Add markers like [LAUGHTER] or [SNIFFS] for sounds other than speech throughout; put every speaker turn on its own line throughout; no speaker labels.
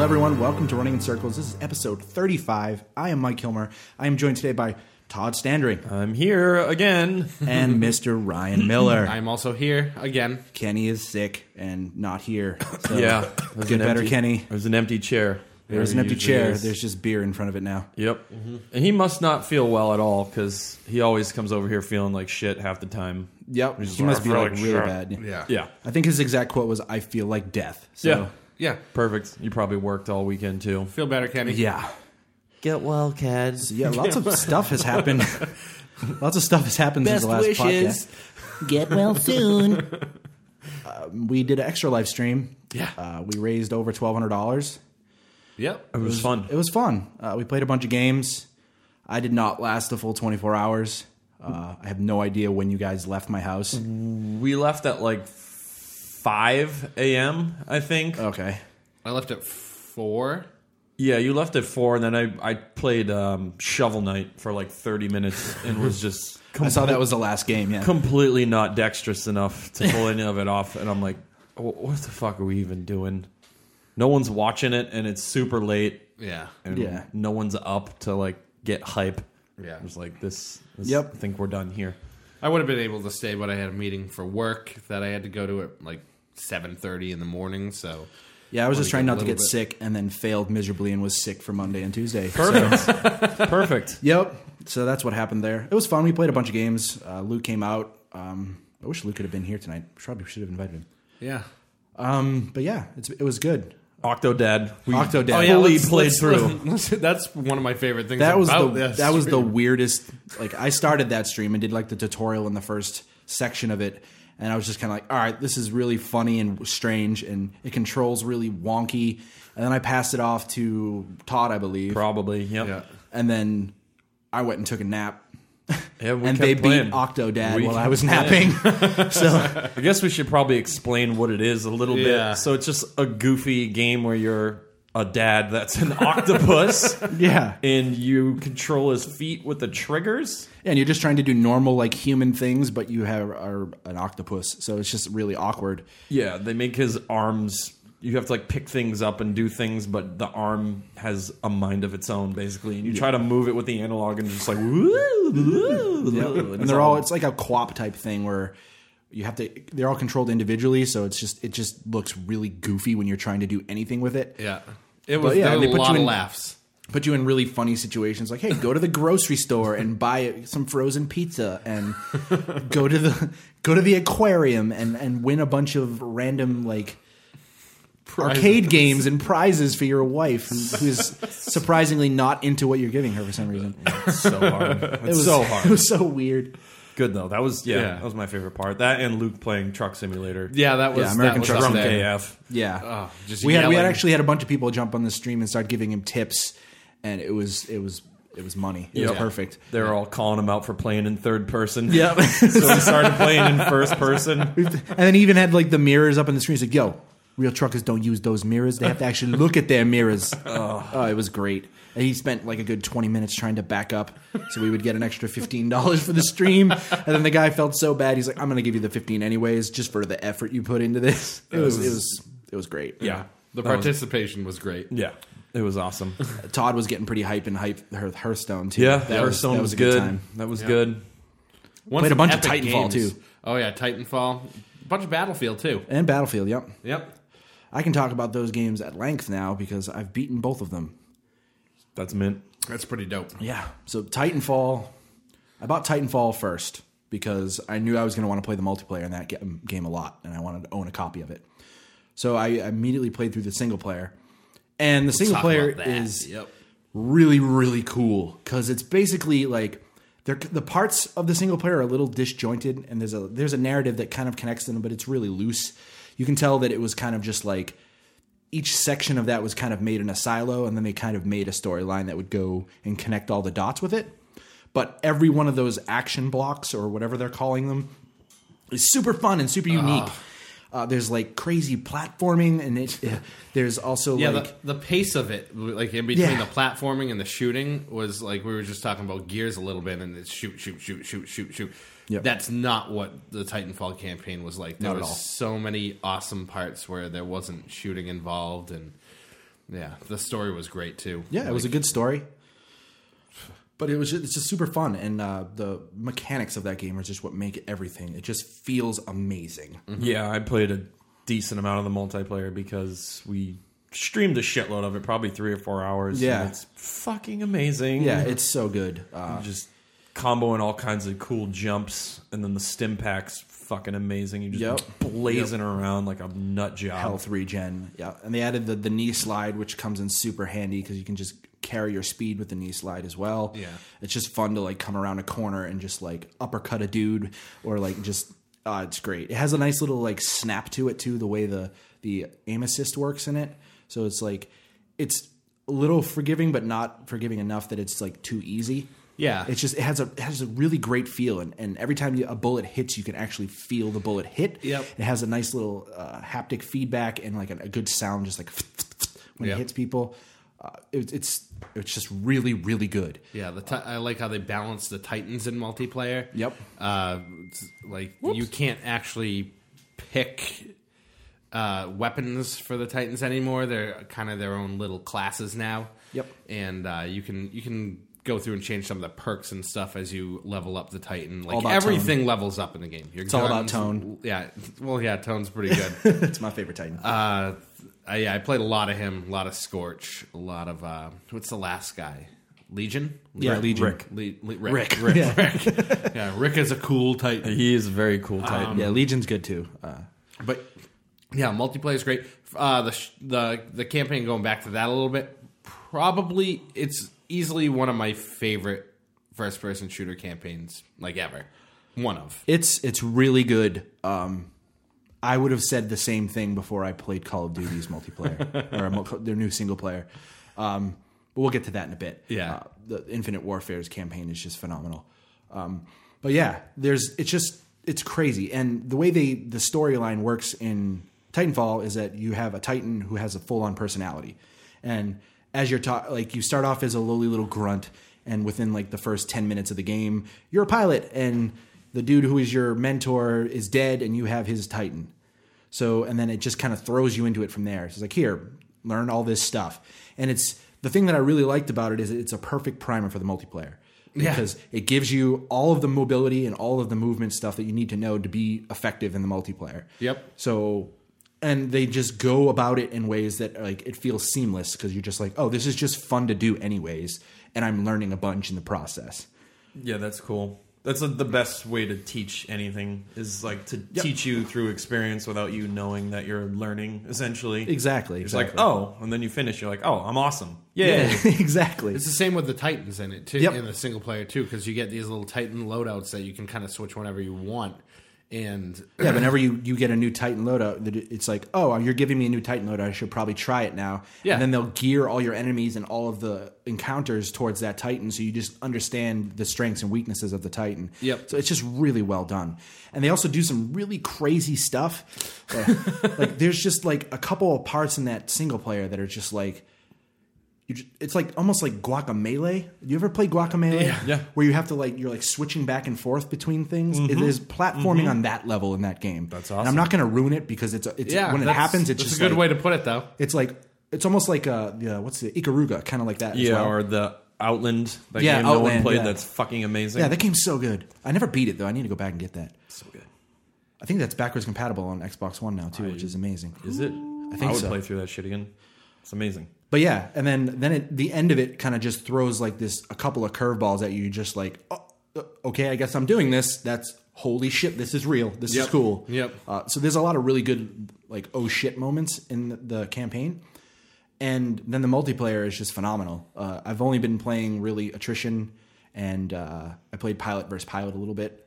everyone. Welcome to Running in Circles. This is episode 35. I am Mike Kilmer. I am joined today by Todd Standring
I'm here [LAUGHS] again.
[LAUGHS] and Mr. Ryan Miller.
I'm also here again.
Kenny is sick and not here. So
Yeah, there's
Get
an
better,
empty-
Kenny.
There's an empty chair.
There's an
There
empty
usually
chair.
is.
There's just beer in front of it now.
Yep. Mm-hmm. And he must not feel well at all because he always comes over here feeling like shit half the time.
Yep.
He's
He must be like
like,
really bad.
Yeah.
Yeah.
I think his exact quote was, I feel like death. So,
Yeah.
Yeah.
Perfect. You probably worked all weekend too.
Feel better, Kenny.
Yeah.
Get well, kids.
Yeah, lots of stuff has happened. [LAUGHS] lots of stuff has happened since the last podcast.
Get well soon.
We did an extra live stream.
Yeah.
Uh, we raised over $1,200.
Yep.
It was fun.
It was fun. Uh, we played a bunch of games. I did not last the full 24 hours. Uh, I have no idea when you guys left my house.
We left at like 5 a.m., I think.
Okay.
I left at four.
Yeah, you left at 4, and then I, I played um, Shovel Knight for like 30 minutes and was [LAUGHS] just
I saw that was the last game, yeah.
completely not dexterous enough to pull any of it off. And I'm like, "Wh- what the fuck are we even doing? No one's watching it, and it's super late,
Yeah.
and
Yeah.
no one's up to like get hype.
Yeah.
I was like, this. this
Yep.
I think we're done here.
I would have been able to stay, but I had a meeting for work that I had to go to at like seven thirty in the morning. So
Yeah, I was just
Wanna
trying
get a
not to
little
get
bit-
sick and then failed miserably and was sick for Monday and Tuesday. So-
Perfect.
yep. So that's what happened there. It was fun. We played a bunch of games. Uh, Luke came out. Um, I wish Luke could have been here tonight. Probably should have invited him.
yeah.
Um, but yeah, it's, it was good.
Octodad. We
[LAUGHS] Octodad. Oh,
fully
yeah,
played through.
[LAUGHS] that's one of my favorite things.
That was the
about this.
that was the weirdest. Like I started that stream and did like the tutorial in the first section of it, and I was just kind of like, all right, this is really funny and strange, and it controls really wonky. And then I passed it off to Todd, I believe,
Probably. Yep.
Yeah.
and then I went and took a nap.
Yeah,
[LAUGHS]
we
and
kept
they
playing.
beat Octodad
We
while I
kept
was napping.
[LAUGHS]
so
I guess we should probably explain what it is a little
Yeah.
bit. So it's just a goofy game where you're a dad that's an octopus.
yeah,
and you control his feet with the triggers.
and you're just trying to do normal like human things, but you have are an octopus, so it's just really awkward.
Yeah, they make his arms. You have to like pick things up and do things, but the arm has a mind of its own, basically. And you try to move it with the analog, and just like, woo, [LAUGHS] woo, woo,
and they're all it's like a co-op type thing where you have to they're all controlled individually so it's just it just looks really goofy when you're trying to do anything with it
yeah. It was
But yeah,
there were
they
a
put
lot
you
of
in-
laughs.
put you in really funny situations like hey go to the grocery store and buy some frozen pizza and
[LAUGHS]
go to the go to the aquarium and and win a bunch of random like arcade games and prizes for your wife who's surprisingly not into what you're giving her for some reason
so hard. It's
it was [LAUGHS]
so
it
hard.
was so weird
Good though. That was yeah,
Yeah.
That was my favorite part. That and Luke playing Truck Simulator.
Yeah, that was
Yeah, American
that was
Truck
up
Drunk
there.
AF.
Yeah,
Oh, just
we had we had
yelling.
actually had a bunch of people jump on the stream and start giving him tips, and it was it was it was money. It was
Yeah.
perfect.
They're all calling him out for playing in third person. Yep. [LAUGHS] so he started playing in first person.
And then he even had like the mirrors up on the screen. He's like, "Yo, real truckers don't use those mirrors. They have to actually look at their mirrors." Oh, it was great. And he spent like a good twenty minutes trying to back up, so we would get an extra fifteen dollars for the stream. And then the guy felt so bad. He's like, "I'm going to give you the fifteen anyways, just for the effort you put into this." It was it was it was great.
Yeah.
The
That was-
participation was great.
Yeah. It was awesome.
Todd was getting pretty hype and hype her Hearthstone too.
Yeah,
That
that Hearthstone
that
was,
a
good. That was good.
Won
Played a
some
bunch of
epic
Titanfall, too.
Oh yeah, Titanfall, a bunch of Battlefield too.
And Battlefield, yep.
Yep.
I can talk about those games at length now because I've beaten both of them.
That's mint.
That's pretty dope.
Yeah. So Titanfall, I bought Titanfall first because I knew I was going to want to play the multiplayer in that ga- game a lot, and I wanted to own a copy of it. So I immediately played through the single player, and the single
Talk
player
about that.
is
Yep.
really really cool because it's basically like they're, the parts of the single player are a little disjointed and there's a there's a narrative that kind of connects them but it's really loose you can tell that it was kind of just like each section of that was kind of made in a silo and then they kind of made a storyline that would go and connect all the dots with it but every one of those action blocks or whatever they're calling them is super fun and
Ah.
super unique uh, there's like crazy platforming and it, [LAUGHS] there's also
Yeah,
like
the, the pace of it, like in between
Yeah.
the platforming and the shooting, was like we were just talking about gears a little bit, and it's shoot, shoot, shoot, shoot, shoot, shoot.
Yep.
That's not what the Titanfall campaign was like. There
Not at
was
all.
so many awesome parts where there wasn't shooting involved, and Yeah, the story was great too.
Yeah, it was a good story. But it was just, it's just super fun, and uh, the mechanics of that game are just what make it everything. It just feels amazing.
Yeah, I played a decent amount of the multiplayer because we streamed a shitload of it, probably three or four hours. and
Yeah.
it's fucking amazing.
Yeah, it's so good. Uh,
just comboing all kinds of cool jumps, and then the stim packs fucking amazing. You just
Yep.
blazing around like a nut job.
health regen, yeah, and they added the, the knee slide, which comes in super handy because you can just carry your speed with the knee slide as well.
Yeah.
it's just fun to like come around a corner and just like uppercut a dude or like just. Uh, it's great. It has a nice little like snap to it too. The way the the aim assist works in it, so it's like it's a little forgiving, but not forgiving enough that it's like too easy.
Yeah.
it's just it has a it has a really great feel, and, and every time you, a bullet hits, you can actually feel the bullet hit.
Yep.
It has a nice little uh, haptic feedback and like a, a good sound, just like [SNIFFS] when
Yep.
it hits people. Uh, it, it's it's just really really good.
Yeah, the ti- I like how they balance the Titans in multiplayer.
Yep.
Uh, it's like you can't actually pick uh, weapons for the Titans anymore. They're kind of their own little classes now.
Yep.
And uh, you can you can go through and change some of the perks and stuff as you level up the Titan. Like
All about
everything levels up in the game. Your it's
all about tone.
Yeah. Well, yeah, tone's pretty
[LAUGHS] [LAUGHS]
good.
It's my favorite Titan.
uh, I, yeah, I played a lot of him, a lot of Scorch, a lot of uh, what's the last guy? Legion.
yeah, Legion.
Rick.
Le- Le- Rick.
Rick.
Rick. [LAUGHS] Rick. [LAUGHS] Yeah. Rick. is a cool Titan.
He is a very cool Titan.
yeah, Legion's good too. Uh,
But yeah, multiplayer is great. Uh, the sh- the the campaign going back to that a little bit. Probably it's easily one of my favorite first person shooter campaigns like ever. One of.
it's it's really good. Um, I would have said the same thing before I played Call of Duty's [LAUGHS] multiplayer or mul- their new single player. Um, but we'll get to that in a bit.
Yeah.
uh, the Infinite Warfare's campaign is just phenomenal. Um, but yeah, there's it's just it's crazy, and the way they the storyline works in Titanfall is that you have a Titan who has a full on personality, and as you're ta- like you start off as a lowly little grunt, and within like the first ten minutes of the game, you're a pilot, and the dude who is your mentor is dead, and you have his Titan. So, and then it just kind of throws you into it from there. So it's like, here, learn all this stuff. And it's the thing that I really liked about it is it's a perfect primer for the multiplayer.
Yeah.
Because it gives you all of the mobility and all of the movement stuff that you need to know to be effective in the multiplayer.
Yep.
So, and they just go about it in ways that like it feels seamless because you're just like, oh, this is just fun to do anyways, and I'm learning a bunch in the process.
Yeah, that's cool. That's uh the best way to teach anything is like to teach you through experience without you knowing that you're learning. Essentially,
Exactly,
It's
exactly.
like oh, and then you finish. You're like oh, I'm awesome. Yeah,
Yeah, [LAUGHS] exactly.
It's the same with the Titans in it too,
Yep.
in the single player too, because you get these little Titan loadouts that you can kind of switch whenever you want. And
Yeah, whenever you, you get a new Titan loadout, that it- it's like, oh, you're giving me a new Titan loadout. I should probably try it now.
Yeah.
And then they'll gear all your enemies and all of the encounters towards that Titan, so you just understand the strengths and weaknesses of the Titan.
Yep.
So it's just really well done. And they also do some really crazy stuff. Like, like, there's just like a couple of parts in that single player that are just like. You just, it's like almost like guacamole. You ever play guacamole?
Yeah.
Where you have to like you're like switching back and forth between things.
Mm-hmm.
It is platforming on that level in that game. That's And I'm
awesome.
not going to ruin it because it's, it's
yeah,
when it
that's-
happens, it's
that's
just
a good
like,
way to put it though.
It's like it's almost like uh, yeah, what's the Ikaruga kind of like that. as
yeah.
well.
Or the Outland, that
Yeah,
game no one
Outland,
played.
yeah.
That's fucking amazing.
yeah, that game's so good. I never beat it though. I need to go back and get that.
so good.
I think that's backwards compatible on Xbox One now too, which is amazing.
Is it?
I think
I would
so.
play through that shit again. It's amazing.
But yeah, and then then it, the end of it kind of just throws like this a couple of curveballs at you. Just like, oh, uh, okay, I guess I'm doing this. That's holy shit. This is real. This is
Yep.
cool.
Yep.
Uh, so there's a lot of really good like oh shit moments in the, the campaign, and then the multiplayer is just phenomenal. Uh, I've only been playing really attrition, and uh, I played pilot versus pilot a little bit,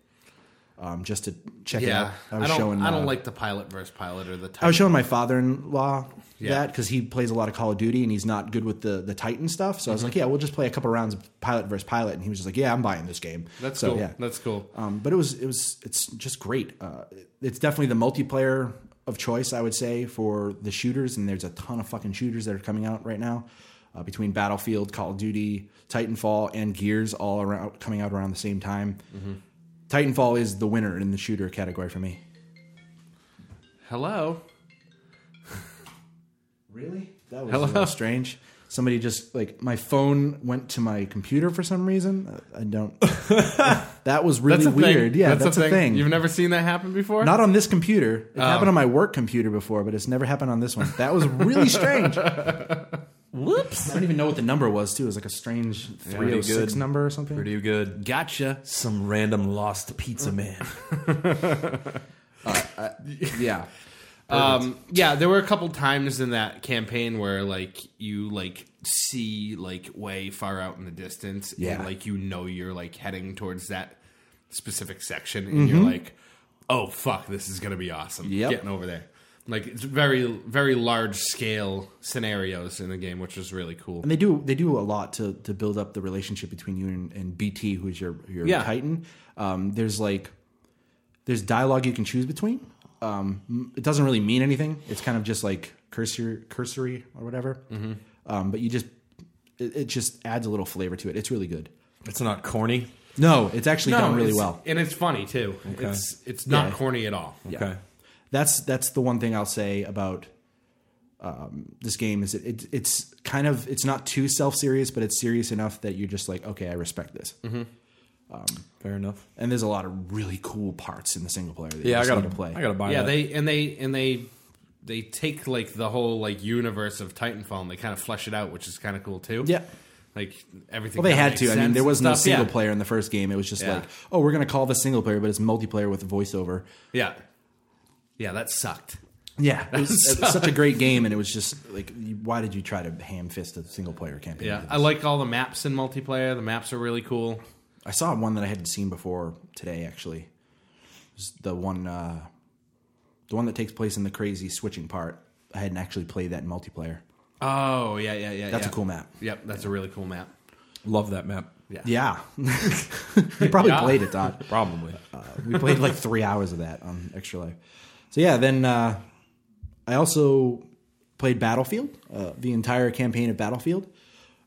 um, just to check it out.
Yeah, I, don't. I don't
uh,
like the pilot versus pilot or the. Titan.
I was showing my father-in-law
Yeah.
that because he plays a lot of Call of Duty and he's not good with the the Titan stuff.
Mm-hmm.
So I was like, yeah, we'll just play a couple rounds of pilot versus pilot, and he was just like, yeah, I'm buying this game.
That's
so,
cool.
Yeah.
That's cool.
Um, but it was it was it's just great. Uh, it's definitely the multiplayer of choice, I would say, for the shooters. And there's a ton of fucking shooters that are coming out right now uh, between Battlefield, Call of Duty, Titanfall, and Gears, all around coming out around the same time.
Mm-hmm.
Titanfall is the winner in the shooter category for me.
Hello.
Really? That was a little strange. Somebody just like my phone went to my computer for some reason. Uh, I I don't. that was really
That's a
weird.
thing.
Yeah, that's, a thing.
You've never seen that happen before.
Not on this computer. It happened on my work computer before, but it's never happened on this one. That was really strange. I
Whoops.
don't even know what the number was too. It was like a strange three oh six
good.
number or something.
Pretty good.
gotcha.
Some random lost pizza man.
Yeah.
Um, yeah, there were a couple times in that campaign where like you like see like way far out in the distance,
Yeah.
and like you know you're like heading towards that specific section, and you're like, oh fuck, this is gonna be awesome.
Mm-hmm. Yep.
getting over there. Like it's very very large scale scenarios in the game, which is really cool.
And they do they do a lot to to build up the relationship between you and, and BT, who's your your
Yeah.
Titan. Um, there's like there's dialogue you can choose between. Um, m- it doesn't really mean anything. It's kind of just like cursory, cursory or whatever.
Mm-hmm.
Um, but you just it, it just adds a little flavor to it. It's really good.
It's not corny.
No, it's actually done really
it's-
well.
and it's funny too. It's it's not corny at all.
Okay.
That's that's the one thing I'll say about um, this game is it, it it's kind of it's not too self serious, but it's serious enough that you're just like okay, I respect this.
Fair enough.
and there's a lot of really cool parts in the single player that you
Yeah, I
just
gotta
need to play.
I gotta buy.
yeah
that.
they and they and they they take like the whole like universe of titanfall and they kind of flesh it out which is kind of cool too
Yeah.
like everything
well, they
kinda
had
makes
to. I mean,
sense
there
and
was no
stuff.
single
yeah.
player in the first game. It was just
Yeah.
like, oh, we're gonna call this single player, but it's multiplayer with voiceover.
yeah yeah that sucked
Yeah, it was, it was such
[LAUGHS]
a great game, and it was just like, you- why did you try to ham fist a single player campaign?
yeah i like all the maps in multiplayer the maps are really cool
I saw one that I hadn't seen before today. Actually, it was the one, uh, the one that takes place in the crazy switching part. I hadn't actually played that in multiplayer.
oh yeah yeah yeah
That's
yeah.
a cool map.
yep that's a really cool map
love that map.
Yeah, [LAUGHS] you
[LAUGHS]
probably
Yeah.
played it, Todd.
Probably.
Uh, we played like three hours of that on Extra Life. So yeah, then uh, I also played Battlefield, uh, the entire campaign of Battlefield.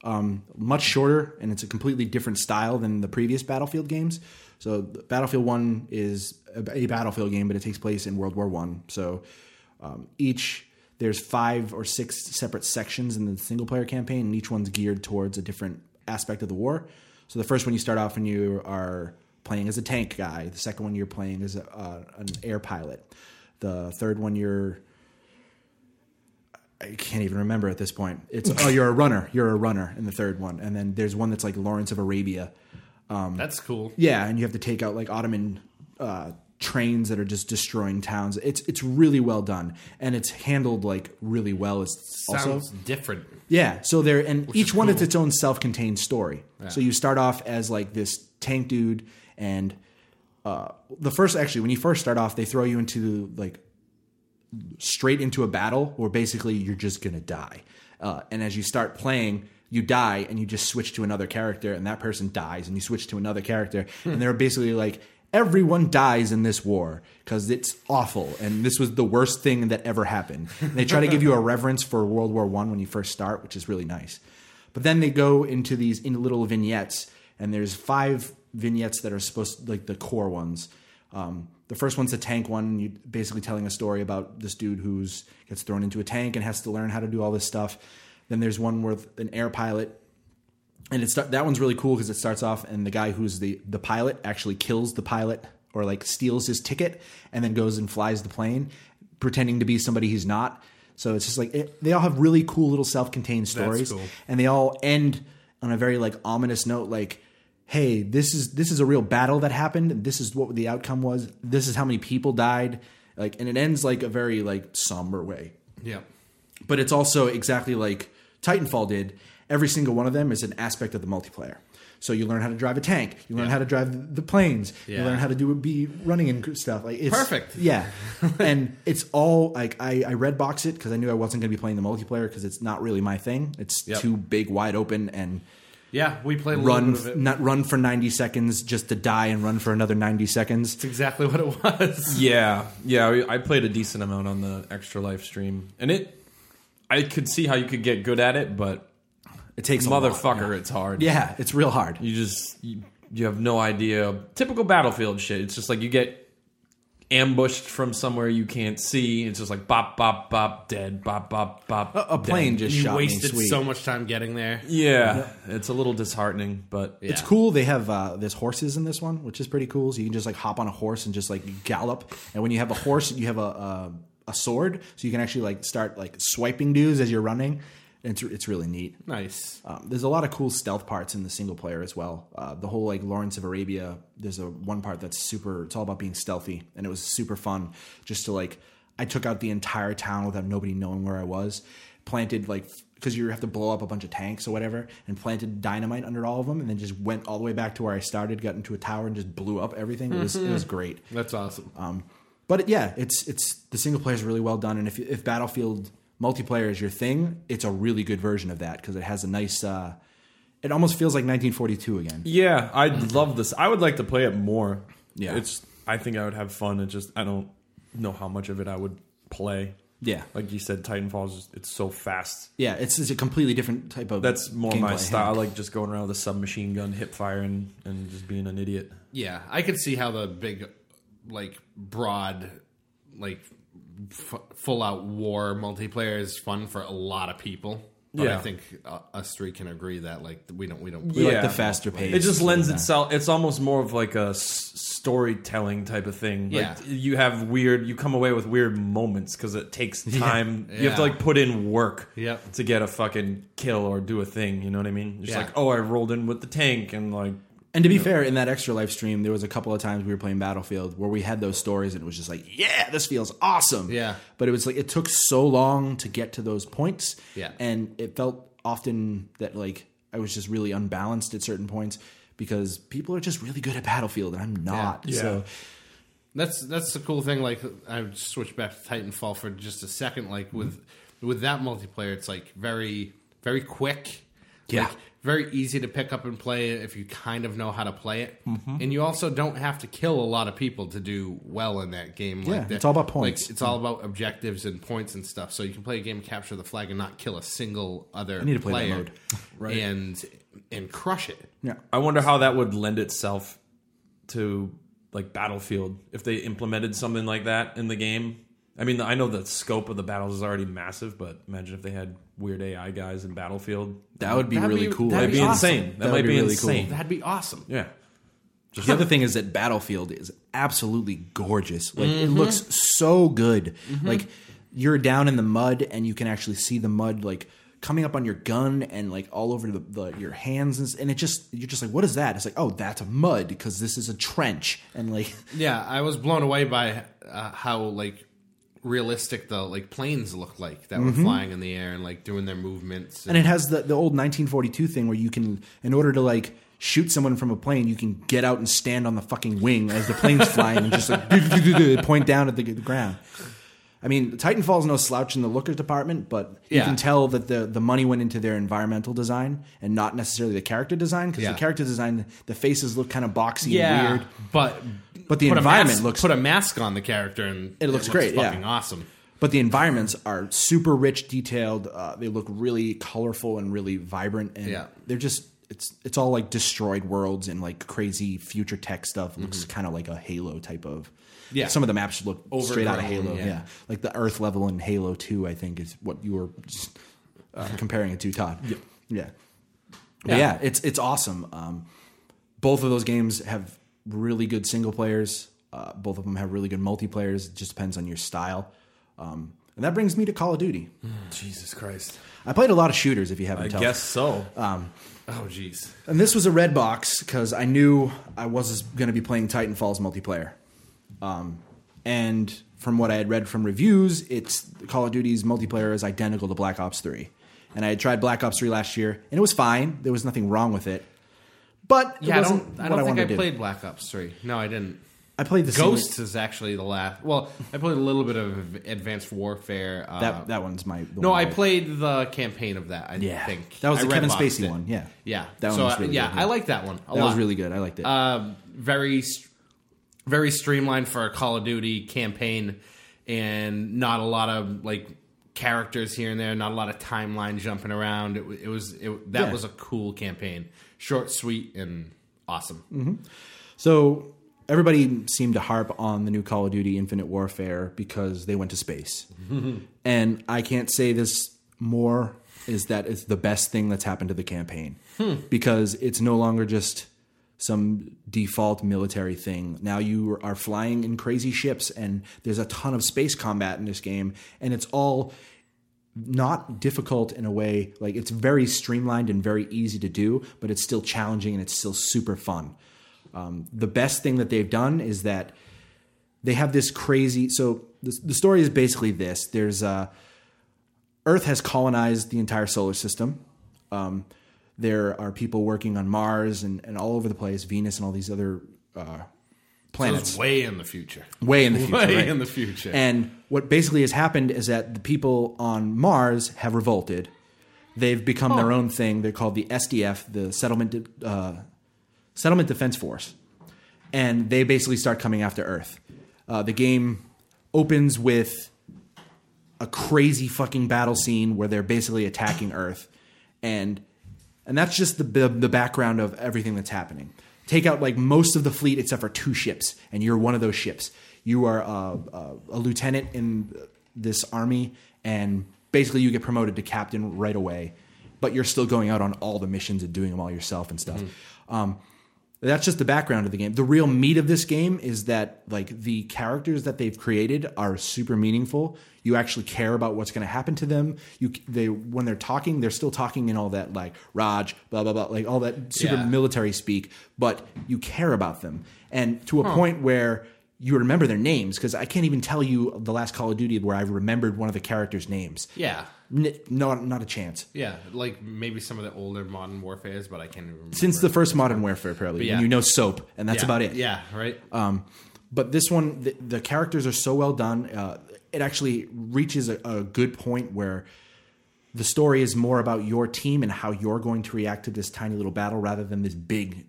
Um, much shorter, and it's a completely different style than the previous Battlefield games. So Battlefield One is a, a Battlefield game, but it takes place in World War One. So um, each there's five or six separate sections in the single player campaign, and each one's geared towards a different aspect of the war. So the first one you start off and you are playing as a tank guy. The second one you're playing as a, uh, an air pilot. The third one you're I can't even remember at this point. It's oh, you're a runner. You're a runner in the third one, and then there's one that's like Lawrence of Arabia.
that's cool
Um, Yeah, and you have to take out like Ottoman uh, trains that are just destroying towns. It's it's really well done, and it's handled like really well. It's
sounds
also
different
yeah. So there, and each one is its own self-contained story. So you start off as like this tank dude, and uh, the first actually when you first start off, they throw you into like straight into a battle where basically you're just gonna die. Uh, and as you start playing, you die and you just switch to another character, and that person dies, and you switch to another character, and they're basically like, everyone dies in this war because it's awful, and this was the worst thing that ever happened. And they try to give you a reverence for World War One when you first start, which is really nice. But then they go into these into little vignettes, and there's five vignettes that are supposed like the core ones. Um, the first one's a tank one, you basically telling a story about this dude who's gets thrown into a tank and has to learn how to do all this stuff. Then there's one with an air pilot, and it's that one's really cool because it starts off and the guy who's the the pilot actually kills the pilot or like steals his ticket and then goes and flies the plane, pretending to be somebody he's not. So it's just like it, they all have really cool little self-contained stories,
cool.
and they all end on a very like ominous note, like hey this is this is a real battle that happened this is what the outcome was this is how many people died like and it ends like a very like somber way
yeah
but it's also exactly like Titanfall did. Every single one of them is an aspect of the multiplayer. So you learn how to drive a tank. You learn how to drive the planes. You
Yeah.
learn how to do be running and stuff. Like it's
Perfect. [LAUGHS]
Yeah, and it's all like I, I red box it because I knew I wasn't going to be playing the multiplayer because it's not really my thing. It's
Yep.
too big, wide open, and
yeah we played a
run
little bit of it
not run for ninety seconds just to die and run for another ninety seconds.
that's exactly [LAUGHS] what it was
Yeah, yeah. I- I played a decent amount on the extra live stream, and it. I could see how you could get good at it, but
It takes a lot.
motherfucker, it's hard.
Yeah, it's real hard.
you just you, you have no idea. Typical battlefield shit. It's just like you get ambushed from somewhere you can't see. It's just like bop, bop, bop, dead, bop, bop, bop.
A plane just
you
shot me.
wasted
Sweet.
so much time getting there.
Yeah, it's a little disheartening, but
It's cool. They have uh, there's horses in this one, which is pretty cool. So you can just like hop on a horse and just like gallop. And when you have a horse, you have a a, a sword, so you can actually like start like swiping dudes as you're running. And it's it's really neat.
Nice.
Um, there's a lot of cool stealth parts in the single player as well. Uh, the whole like Lawrence of Arabia. There's a one part that's super. It's all about being stealthy, and it was super fun. Just to like, I took out the entire town without nobody knowing where I was. Planted like because you have to blow up a bunch of tanks or whatever, and planted dynamite under all of them, and then just went all the way back to where I started. Got into a tower and just blew up everything. It was it was great.
That's awesome.
Um, but yeah, it's it's the single player is really well done, and if if Battlefield multiplayer is your thing, it's a really good version of that because it has a nice. Uh, it almost feels like 1942 again.
yeah, I love this. I would like to play it more.
Yeah.
it's. I think I would have fun. It just I don't know how much of it I would play.
Yeah,
Like you said, Titanfall is just- it's so fast.
yeah, it's, it's a completely different type of.
That's more my
gameplay.
style. I like just going around with a submachine gun, hip firing, and just being an idiot.
Yeah, I could see how the big, like broad, like f- full out war multiplayer is fun for a lot of people. But
Yeah.
I think uh, us three can agree that like we don't we don't
We
Yeah.
like the faster pace.
It just lends itself. It's almost more of like a s- storytelling type of thing. Like
Yeah.
you have weird. You come away with weird moments because it takes time. You have to
Yeah.
like put in work.
Yep.
To get a fucking kill or do a thing. You know what I mean? Just
Yeah.
like oh, I rolled in with the tank and like
and to be fair, in that extra live stream, there was a couple of times we were playing Battlefield where we had those stories, and it was just like, yeah, this feels awesome.
Yeah.
but it was like it took so long to get to those points.
Yeah.
and it felt often that like I was just really unbalanced at certain points because people are just really good at Battlefield, and I'm not.
Yeah.
So
That's that's the cool thing. Like I would switch back to Titanfall for just a second. Like with with that multiplayer, it's like very very quick.
Yeah.
Like, very easy to pick up and play if you kind of know how to play it,
Mm-hmm.
and you also don't have to kill a lot of people to do well in that game. Like
Yeah,
that-
it's all about
like,
points.
it's all about objectives and points and stuff. So you can play a game, capture the flag, and not kill a single other
need to play that
player, [LAUGHS]
mode.
right? And and crush it.
yeah,
I wonder how that would lend itself to like Battlefield if they implemented something like that in the game. I mean, I know the scope of the battles is already massive, but imagine if they had weird AI guys in Battlefield.
that would be
That'd
really
be-
cool.
that'd
That'd be
awesome.
insane. That, might be, insane.
That'd be awesome.
Yeah.
The other thing is that Battlefield is absolutely gorgeous. Like it looks so good. Like you're down in the mud and you can actually see the mud like coming up on your gun and like all over the, the your hands and, s- and it just you're just like what is that? It's like oh that's mud because this is a trench and like
Yeah, I was blown away by uh, how like realistic the like planes looked like that were flying in the air and like doing their movements.
Mm-hmm. and it has the the old 1942 thing where you can in order to like shoot someone from a plane you can get out and stand on the fucking wing as the plane's flying and just like [LAUGHS] point down at the g- ground i mean titanfall's no slouch in the looker department but you
Yeah.
can tell that the, the money went into their environmental design and not necessarily the character design because
Yeah.
the character design the faces look kind of boxy
yeah,
and weird
but
But the
put a
environment
mask-
looks-
put a mask on the character and
It looks great, yeah.
fucking awesome.
but the environments are super rich detailed uh, they look really colorful and really vibrant and
Yeah.
they're just it's it's all like destroyed worlds and like crazy future tech stuff looks kind of like a halo type of
Mm-hmm. Yeah.
some of the maps look straight out of
Overgrown,
halo yeah.
yeah.
like the earth level in halo 2 i think is what you were just, uh, comparing it to todd yeah yeah but yeah, it's it's awesome um, both of those games have really good single players. Uh, both of them have really good multiplayers. It just depends on your style. Um, and that brings me to Call of Duty.
Jesus Christ.
I played a lot of shooters, if you haven't.
I
told.
guess so.
Um,
Oh jeez,
And this was a red box because I knew I was going to be playing Titanfall's multiplayer. Um, and from what I had read from reviews, it's Call of Duty's multiplayer is identical to Black Ops 3. And I had tried Black Ops 3 last year, and it was fine. There was nothing wrong with it. But it
yeah. I
wasn't
don't, I
what
don't think
wanted
I
to do.
played Black Ops Three. No, I didn't.
I played the single-
Ghosts is actually the last. Well, I played a little bit of Advanced Warfare. Uh,
That that one's my. the
no,
one
I
read.
played the campaign of that. I
Yeah.
think
That was
I
the Kevin
Redboxed
Spacey
it.
one, yeah.
yeah.
That one
so,
was
uh,
really
yeah,
good, yeah.
I like that one. A
That
lot.
was really good. I liked it.
uh, very st- very streamlined for a Call of Duty campaign, and not a lot of like characters here and there, not a lot of timeline jumping around. It, wa- it was it, that
Yeah. Mm-hmm.
was a cool campaign, short, sweet, and awesome.
so everybody seemed to harp on the new Call of Duty Infinite Warfare because they went to space. and I can't say this more is that it's the best thing that's happened to the campaign because it's no longer just some default military thing. Now you are flying in crazy ships and there's a ton of space combat in this game and it's all not difficult in a way like it's very streamlined and very easy to do, but it's still challenging and it's still super fun. Um, the best thing that they've done is that they have this crazy. So the, the story is basically this: there's uh, Earth has colonized the entire solar system. Um, there are people working on Mars and, and all over the place, Venus and all these other uh, planets.
It's way in the future.
[LAUGHS] way in the future.
Way
right?
in the future.
And what basically has happened is that the people on Mars have revolted. They've become their own thing. They're called the SDF, the Settlement uh, Settlement Defense Force, and they basically start coming after Earth. Uh, the game opens with a crazy fucking battle scene where they're basically attacking Earth, and and that's just the the, the background of everything that's happening. Take out like most of the fleet except for two ships, and you're one of those ships. You are uh, uh, a lieutenant in this army, and basically you get promoted to captain right away. But you're still going out on all the missions and doing them all yourself and stuff. Um, that's just the background of the game. The real meat of this game is that like the characters that they've created are super meaningful. You actually care about what's going to happen to them. You they when they're talking, they're still talking in all that like Raj, blah blah blah, like all that super
Yeah.
military speak, but you care about them. And to a point where you remember their names because I can't even tell you the last Call of Duty where I remembered one of the characters' names.
yeah.
N- no, not a chance.
Yeah. Like maybe some of the older modern warfares, but I can't even remember.
Since the first Modern Warfare, probably,
yeah.
and you know Soap, and that's
Yeah.
about it. Um,
Yeah, right?
but this one the, the characters are so well done uh, it actually reaches a, a good point where the story is more about your team and how you're going to react to this tiny little battle rather than this big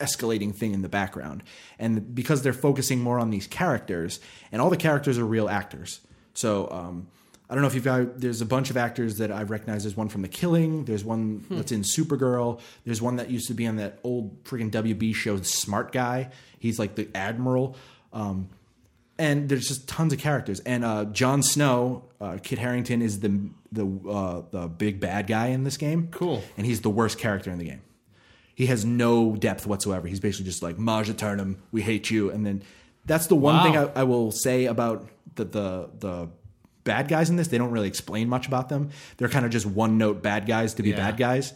escalating thing in the background and because they're focusing more on these characters and all the characters are real actors so um, i don't know if you've got there's a bunch of actors that i've recognized there's one from the killing there's one that's in supergirl there's one that used to be on that old freaking wb show smart guy he's like the admiral um, and there's just tons of characters. And uh, Jon Snow, uh, Kit Harrington is the the uh, the big bad guy in this game.
Cool.
And he's the worst character in the game. He has no depth whatsoever. He's basically just like Maja Turnham, we hate you. And then that's the one
Wow.
thing I, I will say about the the the bad guys in this. They don't really explain much about them. They're kind of just one note bad guys to be
Yeah.
bad guys.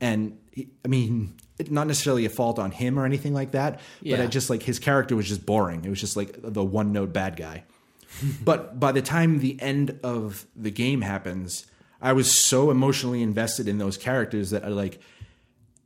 And he, I mean, it, not necessarily a fault on him or anything like that. But
Yeah.
I just like his character was just boring. It was just like the one note bad guy. [LAUGHS] but by the time the end of the game happens, I was so emotionally invested in those characters that I like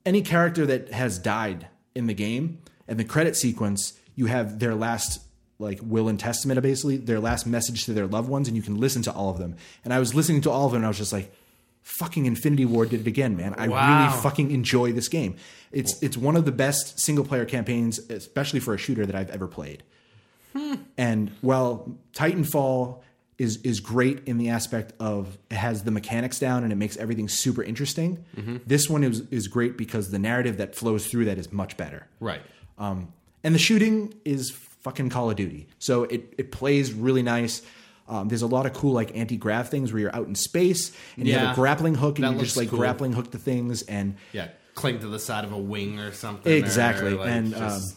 any character that has died in the game and the credit sequence, you have their last like will and testament basically their last message to their loved ones and you can listen to all of them. And I was listening to all of them and I was just like fucking Infinity War did it again, man. I
Wow.
really fucking enjoy this game. It's it's one of the best single player campaigns especially for a shooter that I've ever played. And while Titanfall is is great in the aspect of it has the mechanics down and it makes everything super interesting,
Mm-hmm.
this one is is great because the narrative that flows through that is much better.
right.
Um, and the shooting is fucking Call of Duty. So it, it plays really nice. Um, there's a lot of cool like anti-grav things where you're out in space and you have
Yeah.
a grappling hook and
That
you just
looks
like
cool.
grappling hook to things and
Yeah. Cling to the side of a wing or something. or,
Exactly,
like,
and, um,
just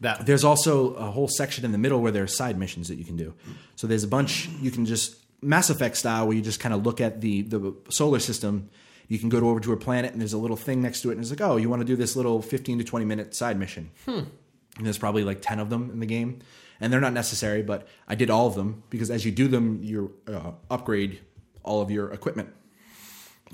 that
There's also a whole section in the middle where there are side missions that you can do. So there's a bunch you can just Mass Effect style where you just kind of look at the the solar system. You can go to over to a planet and there's a little thing next to it and it's like, oh, you want to do this little 15 to 20 minute side mission.
Hmm.
And there's probably like 10 of them in the game, and they're not necessary, but I did all of them because as you do them, you uh, upgrade all of your equipment,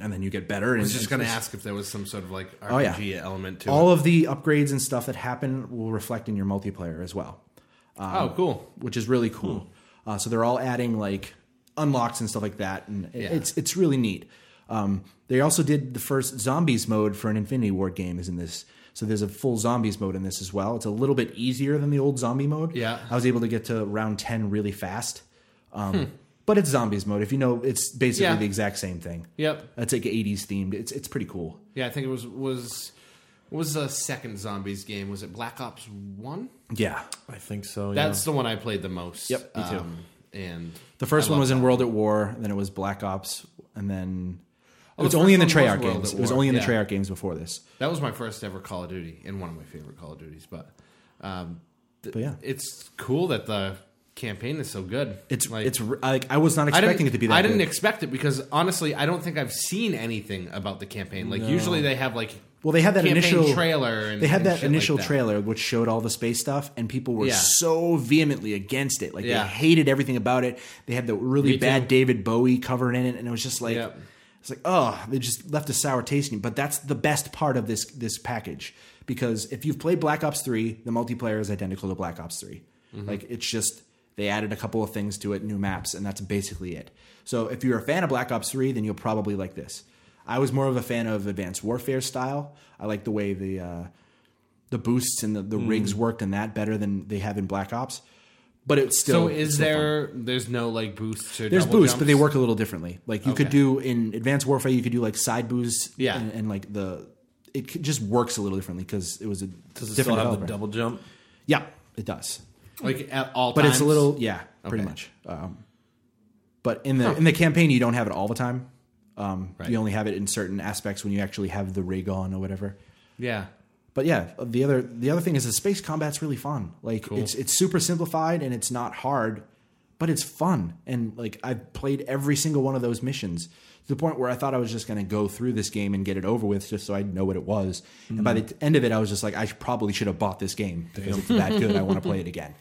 and then you get better.
I was just going to ask if there was some sort of like RPG
Oh, yeah.
element to
all of the upgrades and stuff that happen will reflect in your multiplayer as well
it. oh, cool.
which is really cool.
Hmm.
Uh, so they're all adding like unlocks and stuff like that, and it- it's it's really neat. Um, they also did the first zombies mode for an Infinity Ward game is in this. So there's a full zombies mode in this as well. It's a little bit easier than the old zombie mode.
Yeah.
I was able to get to round ten really fast. Um, But it's zombies mode. If you know, it's basically
Hmm. Yeah.
the exact same thing.
Yep.
It's like 80s themed. It's it's pretty cool.
Yeah, I think it was was What was the second zombies game? Was it Black Ops One?
Yeah.
I think so. Yeah.
That's the one I played the most. Um,
Yep, me too.
and
The first one
love
was in World at War, and then it was Black Ops, and then it was
Oh, the
only in the
first one was
Treyarch
World
games.
at
It was
War,
only in the
yeah.
Treyarch games before this.
that was my first ever Call of Duty and one of my favorite Call of Duties. But um, th-
But yeah.
it's cool that the campaign is so good.
It's it's re- like I was not expecting
I didn't-
it to be that.
I didn't
good.
expect it because honestly, I don't think I've seen anything about the campaign. Like usually they have like
Well, they had that
campaign
initial
trailer. And,
They had
and
that
shit
initial
like that.
trailer which showed all the space stuff, and people were
Yeah.
so vehemently against it. Like
Yeah.
they hated everything about it. They had the really
Me
bad
too.
David Bowie cover in it, and it was just like
Yep.
it's like oh, they just left a sour taste in you. But that's the best part of this this package because if you've played Black Ops Three, the multiplayer is identical to Black Ops 3
Mm-hmm.
Like it's just they added a couple of things to it, new maps, and that's basically it. So if you're a fan of Black Ops Three, then you'll probably like this. I was more of a fan of Advanced Warfare style. I like the way the uh, the boosts and the, the
Mm.
rigs worked in that better than they have in Black Ops. But it's still
So is
still fun.
there? There's no like boosts or
there's
double
boosts, but they
jumps?
work a little differently. Like you could do in Advanced Warfare, you could do like side boosts,
Yeah.
and, and, like the it c- just works a little differently because it was a
Does
different
it still have
developer.
the double jump?
Yeah, it does,
like at all.
but it's a
times?
little yeah, pretty much. Um, but in the in the campaign, you don't have it all the time. Um,
Right.
You only have it in certain aspects when you actually have the rig on or whatever.
yeah.
But yeah, the other the other thing is the space combat's really fun. Like it's it's super simplified and it's not hard, but it's fun. And like I've played every single one of those missions to the point where I thought I was just going to go through this game and get it over with just so I'd know what it was. And by the t- end of it, I was just like, I sh- probably should have bought this game because it's that good. I want to play it again.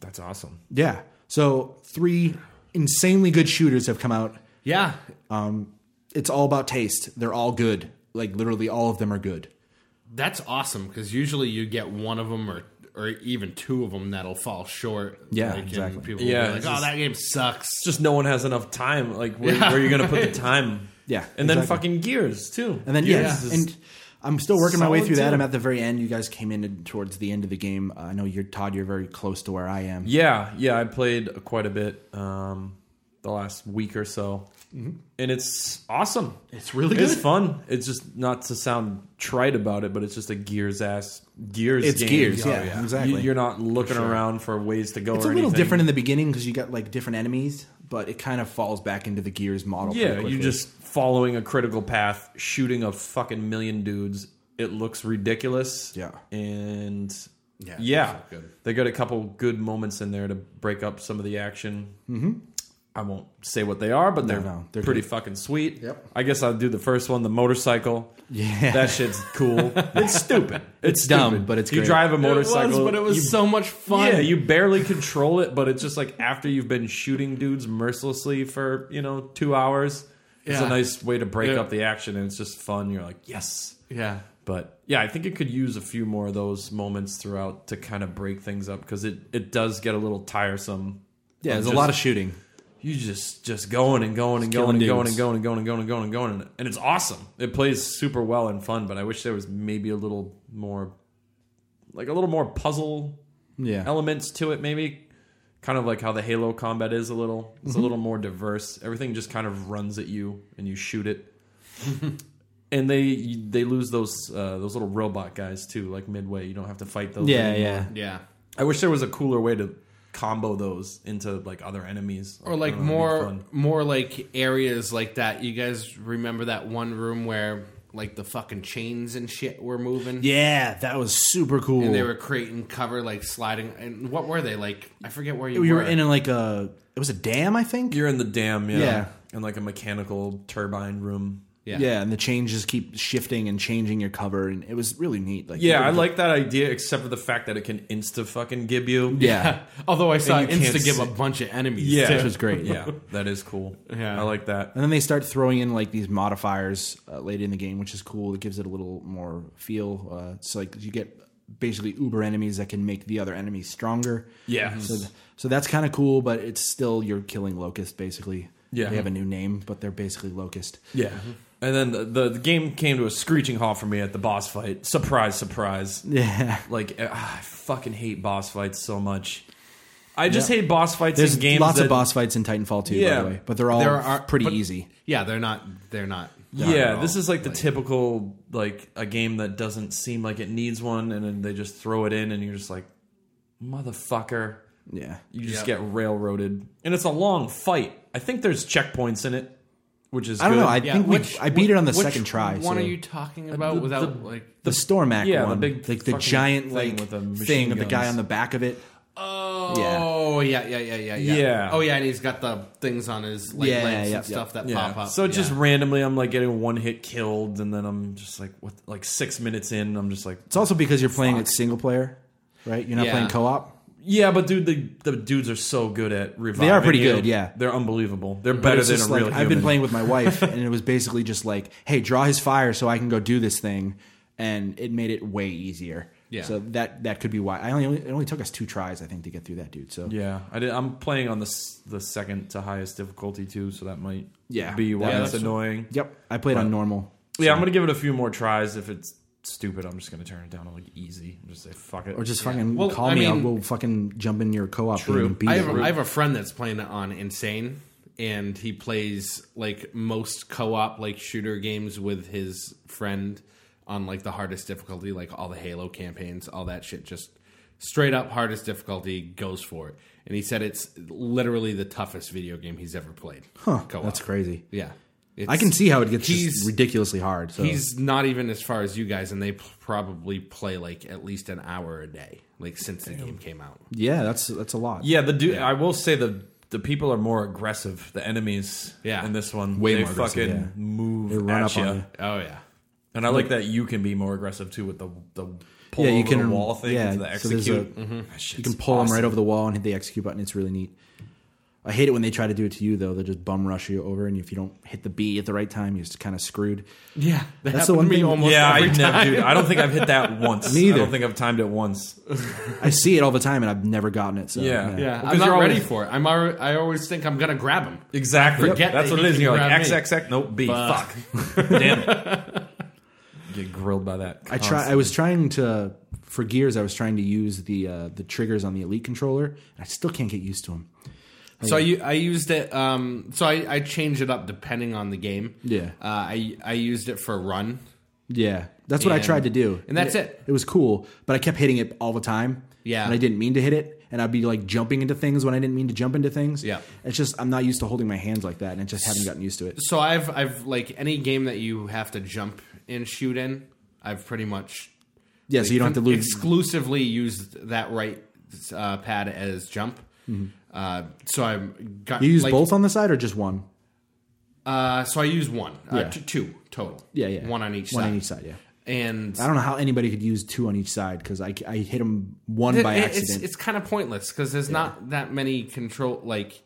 That's awesome.
Yeah. So three insanely good shooters have come out.
Yeah,
It's all about taste. They're all good. Like literally, all of them are good.
that's awesome because usually you get one of them or or even two of them that'll fall short.
Yeah,
and
exactly.
People yeah,
Yeah,
will be like,
it's
oh,
just-
that game sucks.
It's just no one has enough time. Like where, where are you going to put the time?
Yeah,
and then
exactly.
fucking gears too.
And then
gears
yeah,
is-
and I'm still working my way
solid
through that.
too.
I'm at the very end. You guys came in towards the end of the game. Uh, I know you're Todd. You're very close to where I am.
yeah, yeah. I played quite a bit um, the last week or so, and it's awesome.
Mm-hmm. It's really
It's fun. It's just not to sound trite about it, but it's just a gears ass gears.
It's
game. Oh,
Gears, yeah, exactly.
You- You're not looking around for ways to go.
It's a
or
little
anything.
different in the beginning because you got like different enemies, but it kind of falls back into the Gears model. pretty
Yeah,
quickly.
you're just following a critical path, shooting a fucking million dudes. It looks ridiculous.
Yeah.
And
Yeah,
yeah,
it looks good.
they got a couple good moments in there to break up some of the action. Mm-hmm. I won't say what they are, but they're,
no, they're
pretty
good.
fucking sweet.
Yep.
I guess I'll do the first one, the motorcycle.
Yeah.
That shit's
[LAUGHS]
cool. it's stupid. It's,
dumb,
stupid.
but it's
You
great.
drive a
Motorcycle,
motorcycle,
but it was
you
so much fun.
yeah, you barely control it, but it's just like after you've been shooting dudes mercilessly for, you know, two hours, it's
Yeah.
a nice way to break
Yeah.
up the action and it's just fun. You're like, yes.
yeah.
But yeah, I think it could use a few more of those moments throughout to kind of break things up because it, it does get a little tiresome.
yeah. There's
Just-
a lot of shooting.
You just just going and going and going
killing
and going
dudes.
and going and going and going and going and going and and it's awesome. It plays super well and fun, but I wish there was maybe a little more, like a little more puzzle
Yeah,
elements to it maybe kind of like how the halo combat is a little it's
Mm-hmm.
a little more diverse everything just kind of runs at you and you
[LAUGHS]
shoot it and they they lose those uh, those little robot guys too like midway you don't have to fight those
yeah,
anymore.
yeah.
Yeah.
i wish there was a cooler way to combo those into like other enemies
Or like
I don't know, it'd be
more
fun.
more like areas like that. You guys remember that one room where like the fucking chains and shit were moving?
Yeah, that was super cool.
And they were creating cover, like sliding. And what were they like? I forget where you
we
were.
were in a, like a it was a dam, I think.
you're in the dam yeah,
Yeah.
in like a mechanical turbine room
yeah.
yeah, and the changes keep shifting and changing your cover, and it was really neat. Like
yeah
it
i
was-
like that idea except for the fact that it can insta fucking give you
[LAUGHS] yeah.
[LAUGHS] Although I saw
And you can't
Insta give
see-
a bunch of enemies.
yeah
Which was great.
yeah [LAUGHS] that is cool
Yeah.
i like that
And then they start throwing in like these modifiers uh, late in the game, which is cool. It gives it a little more feel. Uh, so like you get basically uber enemies that can make the other enemies stronger.
Yeah.
So th- so that's kind of cool, but it's still you're killing locust basically.
Yeah.
They have a new name, but they're basically locust.
Yeah. Mm-hmm. And then the, the, the game came to a screeching halt for me at the boss fight. Surprise, surprise.
Yeah.
Like, uh, I fucking hate boss fights so much. I just hate boss fights
There's
in games.
lots
that,
of boss fights in Titanfall too, by
Yeah.
the way, but they're all
There are-
pretty
but-
easy.
Yeah, they're not. They're not
yeah, this is like the typical like a game that doesn't seem like it needs one, and then they just throw it in, and you're just like, motherfucker,
Yeah.
you just
Yep.
get railroaded, and it's a long fight. I think there's checkpoints in it, which is
I don't
good.
know. I
Yeah,
think we,
which-
I beat it on the
which
second try.
One
so- Uh,
are you talking about
the-
without
the-
like?
the Stormac
yeah, the
one,
big
like the
fucking
giant
thing
like
with the machine
thing with the guy
guns.
on the back of it.
Oh yeah. yeah, yeah, yeah, yeah,
Yeah.
Oh yeah, and he's got the things on his like,
Yeah,
legs
yeah,
and stuff that
Yeah.
pop up.
So
yeah.
just randomly, I'm like getting one hit killed, and then I'm just like, what? Like six minutes in, I'm just like,
It's also because you're playing it single player, right? You're not
Yeah.
playing co-op.
yeah, but dude, the, the dudes are so good at reviving.
pretty
you.
good, yeah.
they're unbelievable. They're
But
better
it's
than a
just
real.
like, I've been
human.
playing with my
[LAUGHS]
wife, and it was basically just like, "Hey, draw his fire so I can go do this thing," and it made it way easier.
Yeah.
So that that could be why I only it only took us two tries, I think, to get through that dude. So
Yeah, I did, I'm playing on the s- the second to highest difficulty too, so that might
Yeah.
be why
Yeah,
it's
that's-
annoying.
yep, I played on normal.
Yeah, I'm gonna give it a few more tries. If it's stupid, I'm just gonna turn it down to like easy and just say fuck it.
Or just fucking
Well,
call
I
me.
mean-
I'll, we'll fucking jump in your co-op game
True.
and beat
I
it.
have, a, I have a friend that's playing it on Insane, and he plays like most co-op like shooter games with his friend on like the hardest difficulty, like all the Halo campaigns, all that shit. Just straight up hardest difficulty goes for it, and he said it's literally the toughest video game he's ever played.
Huh,
co-op.
that's crazy.
Yeah,
I can see how it gets just
he's-
ridiculously hard. So.
He's not even as far as you guys, and they p- probably play like at least an hour a day, like since the game came out.
yeah, that's that's a lot.
yeah, the dude. I will say the the people are more aggressive. The enemies,
Yeah.
in this one,
Way
they
more aggressive,
fucking
yeah.
move
They run
at
up
ya.
on you.
Oh yeah,
And I like that you can be more aggressive too with the the pull
Yeah, you
over
can-
the wall thing
yeah,
into the
so there's a-
execute. Mm-hmm.
You can pull them right over the wall and hit the execute button. It's really neat. I hate it when they try to do it to you though. They'll just bum rush you over, and if you don't hit the B at the right time, you're just kind of screwed.
yeah.
That's the one thing.
Yeah, I never. Dude, I don't think I've hit that once.
Me
I
either.
don't think I've timed it once.
I see it all the time, and I've never gotten it. So
Yeah.
Yeah,
Because
I'm not
you're always-
ready for it. I'm. alre- I always think I'm gonna grab him.
Exactly.
Forget
That's
that
what
he
it is.
can
You're like
grab
X
me.
X X. Nope. B.
Fuck.
Fuck. Damn it. Get grilled by that.
I try. I was trying to for gears. I was trying to use the uh, the triggers on the elite controller. and I still can't get used to them.
So I, u- I used it. Um, so I, I change it up depending on the game.
Yeah.
Uh, I I used it for run.
Yeah, that's what I
And-
tried to do,
and that's it.
It was cool, but I kept hitting it all the time.
Yeah.
and I didn't mean to hit it, and I'd be like jumping into things when I didn't mean to jump into things.
Yeah.
it's just I'm not used to holding my hands like that, and I just haven't gotten used to it.
So I've I've like any game that you have to jump and shoot in. I've pretty much
Yeah, so you don't have to lose.
exclusively used that right uh, pad as jump. Uh, so I'm got
Mm-hmm. You use
like,
both on the side or just one?
Uh, so I use one, uh,
Yeah.
t- two total.
Yeah, yeah.
One on each
One
side.
on each side. Yeah.
And
I don't know how anybody could use two on each side because I, I hit them one
It-
by
it-
accident.
It's, it's kind of pointless because there's not that many control. Like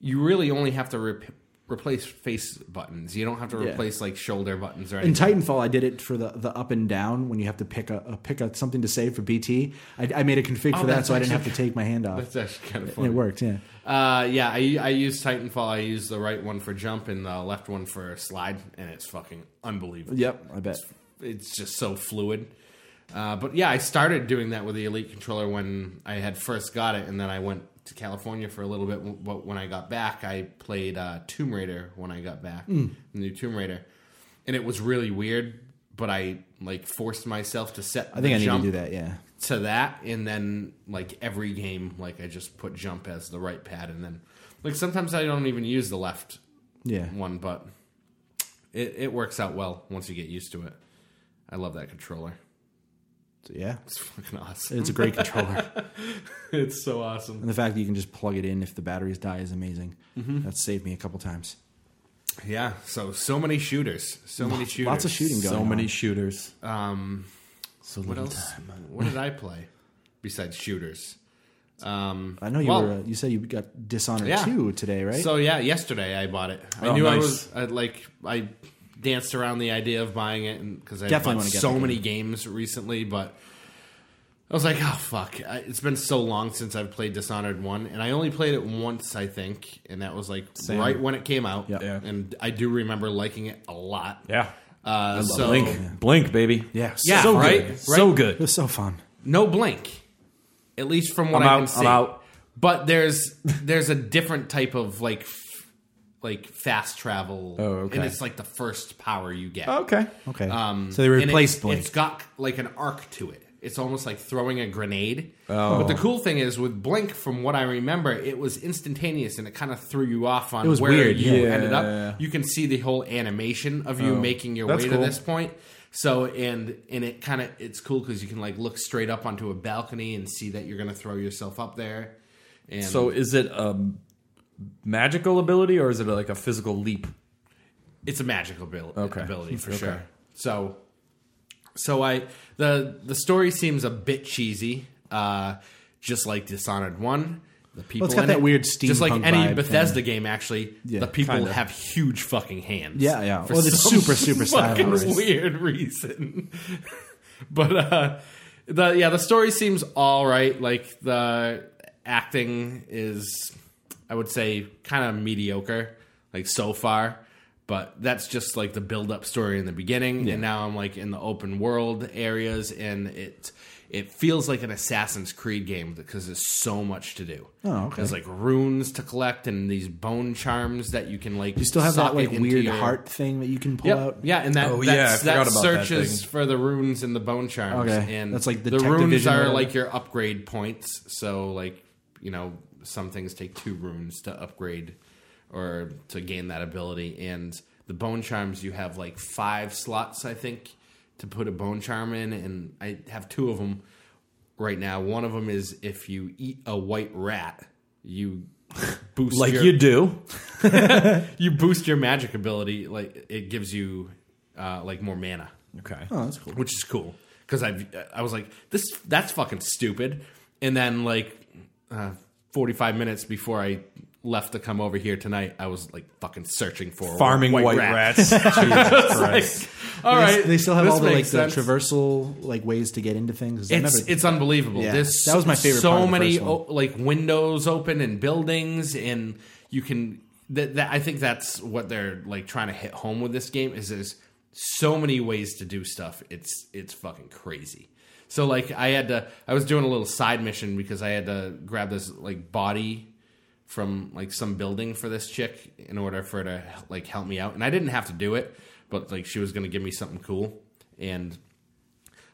you really only have to re- replace face buttons. You don't have to
Yeah.
replace like shoulder buttons or
in
anything. [LAUGHS]
Titanfall, I did it for the, the up and down when you have to pick a, a pick a, something to save for BT. I, I made a config for that
that's
so I didn't have
actually-
to take my hand off.
That's actually kind of
And it
funny.
worked, yeah.
Uh, yeah, I, I use Titanfall. I use the right one for jump and the left one for slide, and it's fucking unbelievable.
Yep, I bet.
it's just so fluid. Uh, but yeah, I started doing that with the Elite controller when I had first got it, and then I went to California for a little bit. But when I got back, I played uh, Tomb Raider when I got back,
Hmm.
the new Tomb Raider, and it was really weird. But I like forced myself to set.
I think I need to do that, yeah.
to that, and then like every game, like I just put jump as the right pad, and then like sometimes I don't even use the left
Yeah.
one, but it, it works out well once you get used to it. I love that controller.
So, yeah.
It's fucking awesome.
It's a great controller.
It's so awesome.
And the fact that you can just plug it in if the batteries die is amazing. That saved me a couple times.
Yeah. So so many shooters. So many shooters.
Lots of shooting going
So
on.
many shooters.
Um,
So
what
little
else?
time.
What did I play besides shooters? Um,
I know you
well,
were. Uh, you said you got Dishonored
Yeah.
2 today, right?
So yeah, yesterday I bought it. I
Oh,
knew I
nice.
was I, like I danced around the idea of buying it because I
Definitely
bought
wanna get
so
that
many games recently, but I was like, oh fuck, I, it's been so long since I've played Dishonored one, and I only played it once, I think, and that was like right when it came out.
Yeah.
and I do remember liking it a lot.
yeah.
Uh, so
Blink. Blink, baby.
yeah.
yeah,
So,
right,
good.
right.
So
it
good.
was so fun.
No blink. At least from what
I'm
I
out,
can
I'm
see.
out.
But there's there's a different type of like f- like fast travel.
Oh, okay.
And it's like the first power you get.
Okay.
Okay.
Um,
so they
and
replaced
it's,
Blink.
It's got like an arc to it. It's almost like throwing a grenade.
Oh.
But the cool thing is with Blink, from what I remember, it was instantaneous and it kind of threw you off on
was
where
weird,
you
yeah. Oh.
ended up. You can see the whole animation of you making your way
that's
to
cool.
this point. So and and it kind of it's cool because you can like look straight up onto a balcony and see that you're gonna throw yourself up there. And
So is it a magical ability or is it like a physical leap?
it's a magical abil-
Okay.
[LAUGHS]
ability for sure. So, so I the the story seems a bit cheesy, uh, just like Dishonored One. The people
got
in
that
it,
weird
just like
steampunk
any
vibe
Bethesda game. Actually,
Yeah,
the people
kinda.
have huge fucking hands.
Yeah, yeah.
For
Well, it's
some
super, super
[LAUGHS] fucking
stylized.
weird reason. [LAUGHS] but uh, the yeah, the story seems all right. Like the acting is, I would say, kind of mediocre. Like so far, but that's just like the build-up story in the beginning, and now I'm like in the open world areas, and it it feels like an Assassin's Creed game because there's so much to do.
Oh, okay.
There's like runes to collect and these bone charms that you can like.
you still have that
socket
like
into
weird
your-
heart thing that you can pull
Yep.
out.
Yeah, and that
Oh, yeah, I
that's,
forgot
that
about that
searches
thing.
for the runes and the bone charms.
Okay.
and
That's like
the
Detective
runes
Vision or
are
whatever.
like your upgrade points. So like you know some things take two runes to upgrade or to gain that ability, and the bone charms you have like five slots I think to put a bone charm in, and I have two of them right now. One of them is if you eat a white rat, you [LAUGHS] boost
Like
your,
you do.
you boost your magic ability like it gives you uh, like more mana
Okay.
Oh, that's cool.
which is cool because i i was like this that's fucking stupid and then like uh, 45 minutes before i left to come over here tonight i was like fucking searching for a
Farming white,
rat.
rats. [LAUGHS] Jesus
Like,
Christ.
[LAUGHS] all
They-
right
They still have
this
all the like
makes
the
sense.
traversal like ways to get into things. I
it's
never-
it's unbelievable.
Yeah.
There's
That was my favorite
So
part of the
many
first one.
o- like windows open and buildings, and you can. That, that I think that's what they're like trying to hit home with this game is there's so many ways to do stuff. It's it's fucking crazy. So like I had to I was doing a little side mission because I had to grab this like body from like some building for this chick in order for her to like help me out and I didn't have to do it but like she was going to give me something cool and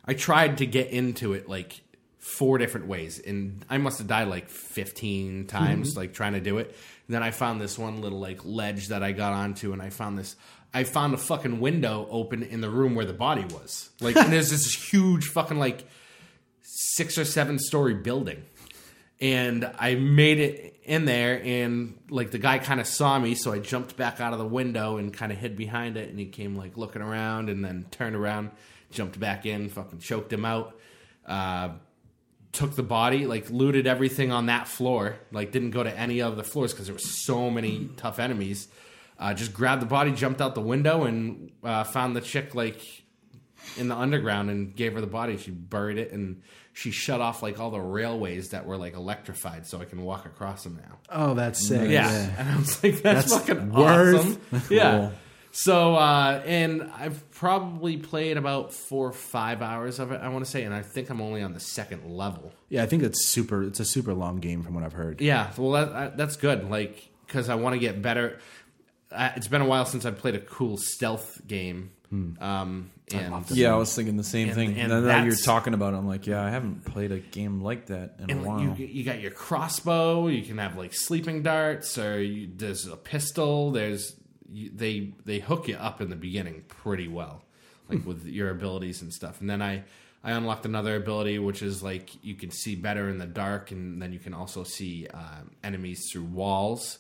I tried to get into it like four different ways, and I must have died like fifteen times, like trying to do it. And then I found this one little like ledge that I got onto, and I found this. I found a fucking window open in the room where the body was. Like, and there's this huge fucking like six or seven story building and I made it in there, and like the guy kind of saw me, so I jumped back out of the window and kind of hid behind it, and he came like looking around, and then turned around, jumped back in, fucking choked him out, uh, took the body, like looted everything on that floor, like didn't go to any other floors because there were so many tough enemies. Uh, just grabbed the body, jumped out the window, and uh, found the chick like in the underground and gave her the body. She buried it and she shut off like all the railways that were like electrified, so I can walk across them now.
oh, that's sick.
Mm-hmm. Yeah. And I was like, that's,
That's
fucking
worth- [LAUGHS]
awesome. Yeah. So, uh, and I've probably played about four or five hours of it, I want to say, and I think I'm only on the second level.
yeah. I think it's super. It's a super long game from what I've heard.
Yeah, well, that, I, that's good. Like, because I want to get better. I, it's been a while since I've played a cool stealth game.
Hmm.
Um, and
Yeah, I was thinking the same thing.
and
And, then now you're
that's-
talking about, it, I'm like, yeah, I haven't played a game like that in a
And
while.
you you got your crossbow. You can have like sleeping darts, or you, there's a pistol. There's you, they they hook you up in the beginning pretty well, like with your abilities and stuff. And then I I unlocked another ability, which is like you can see better in the dark, and then you can also see um, enemies through walls.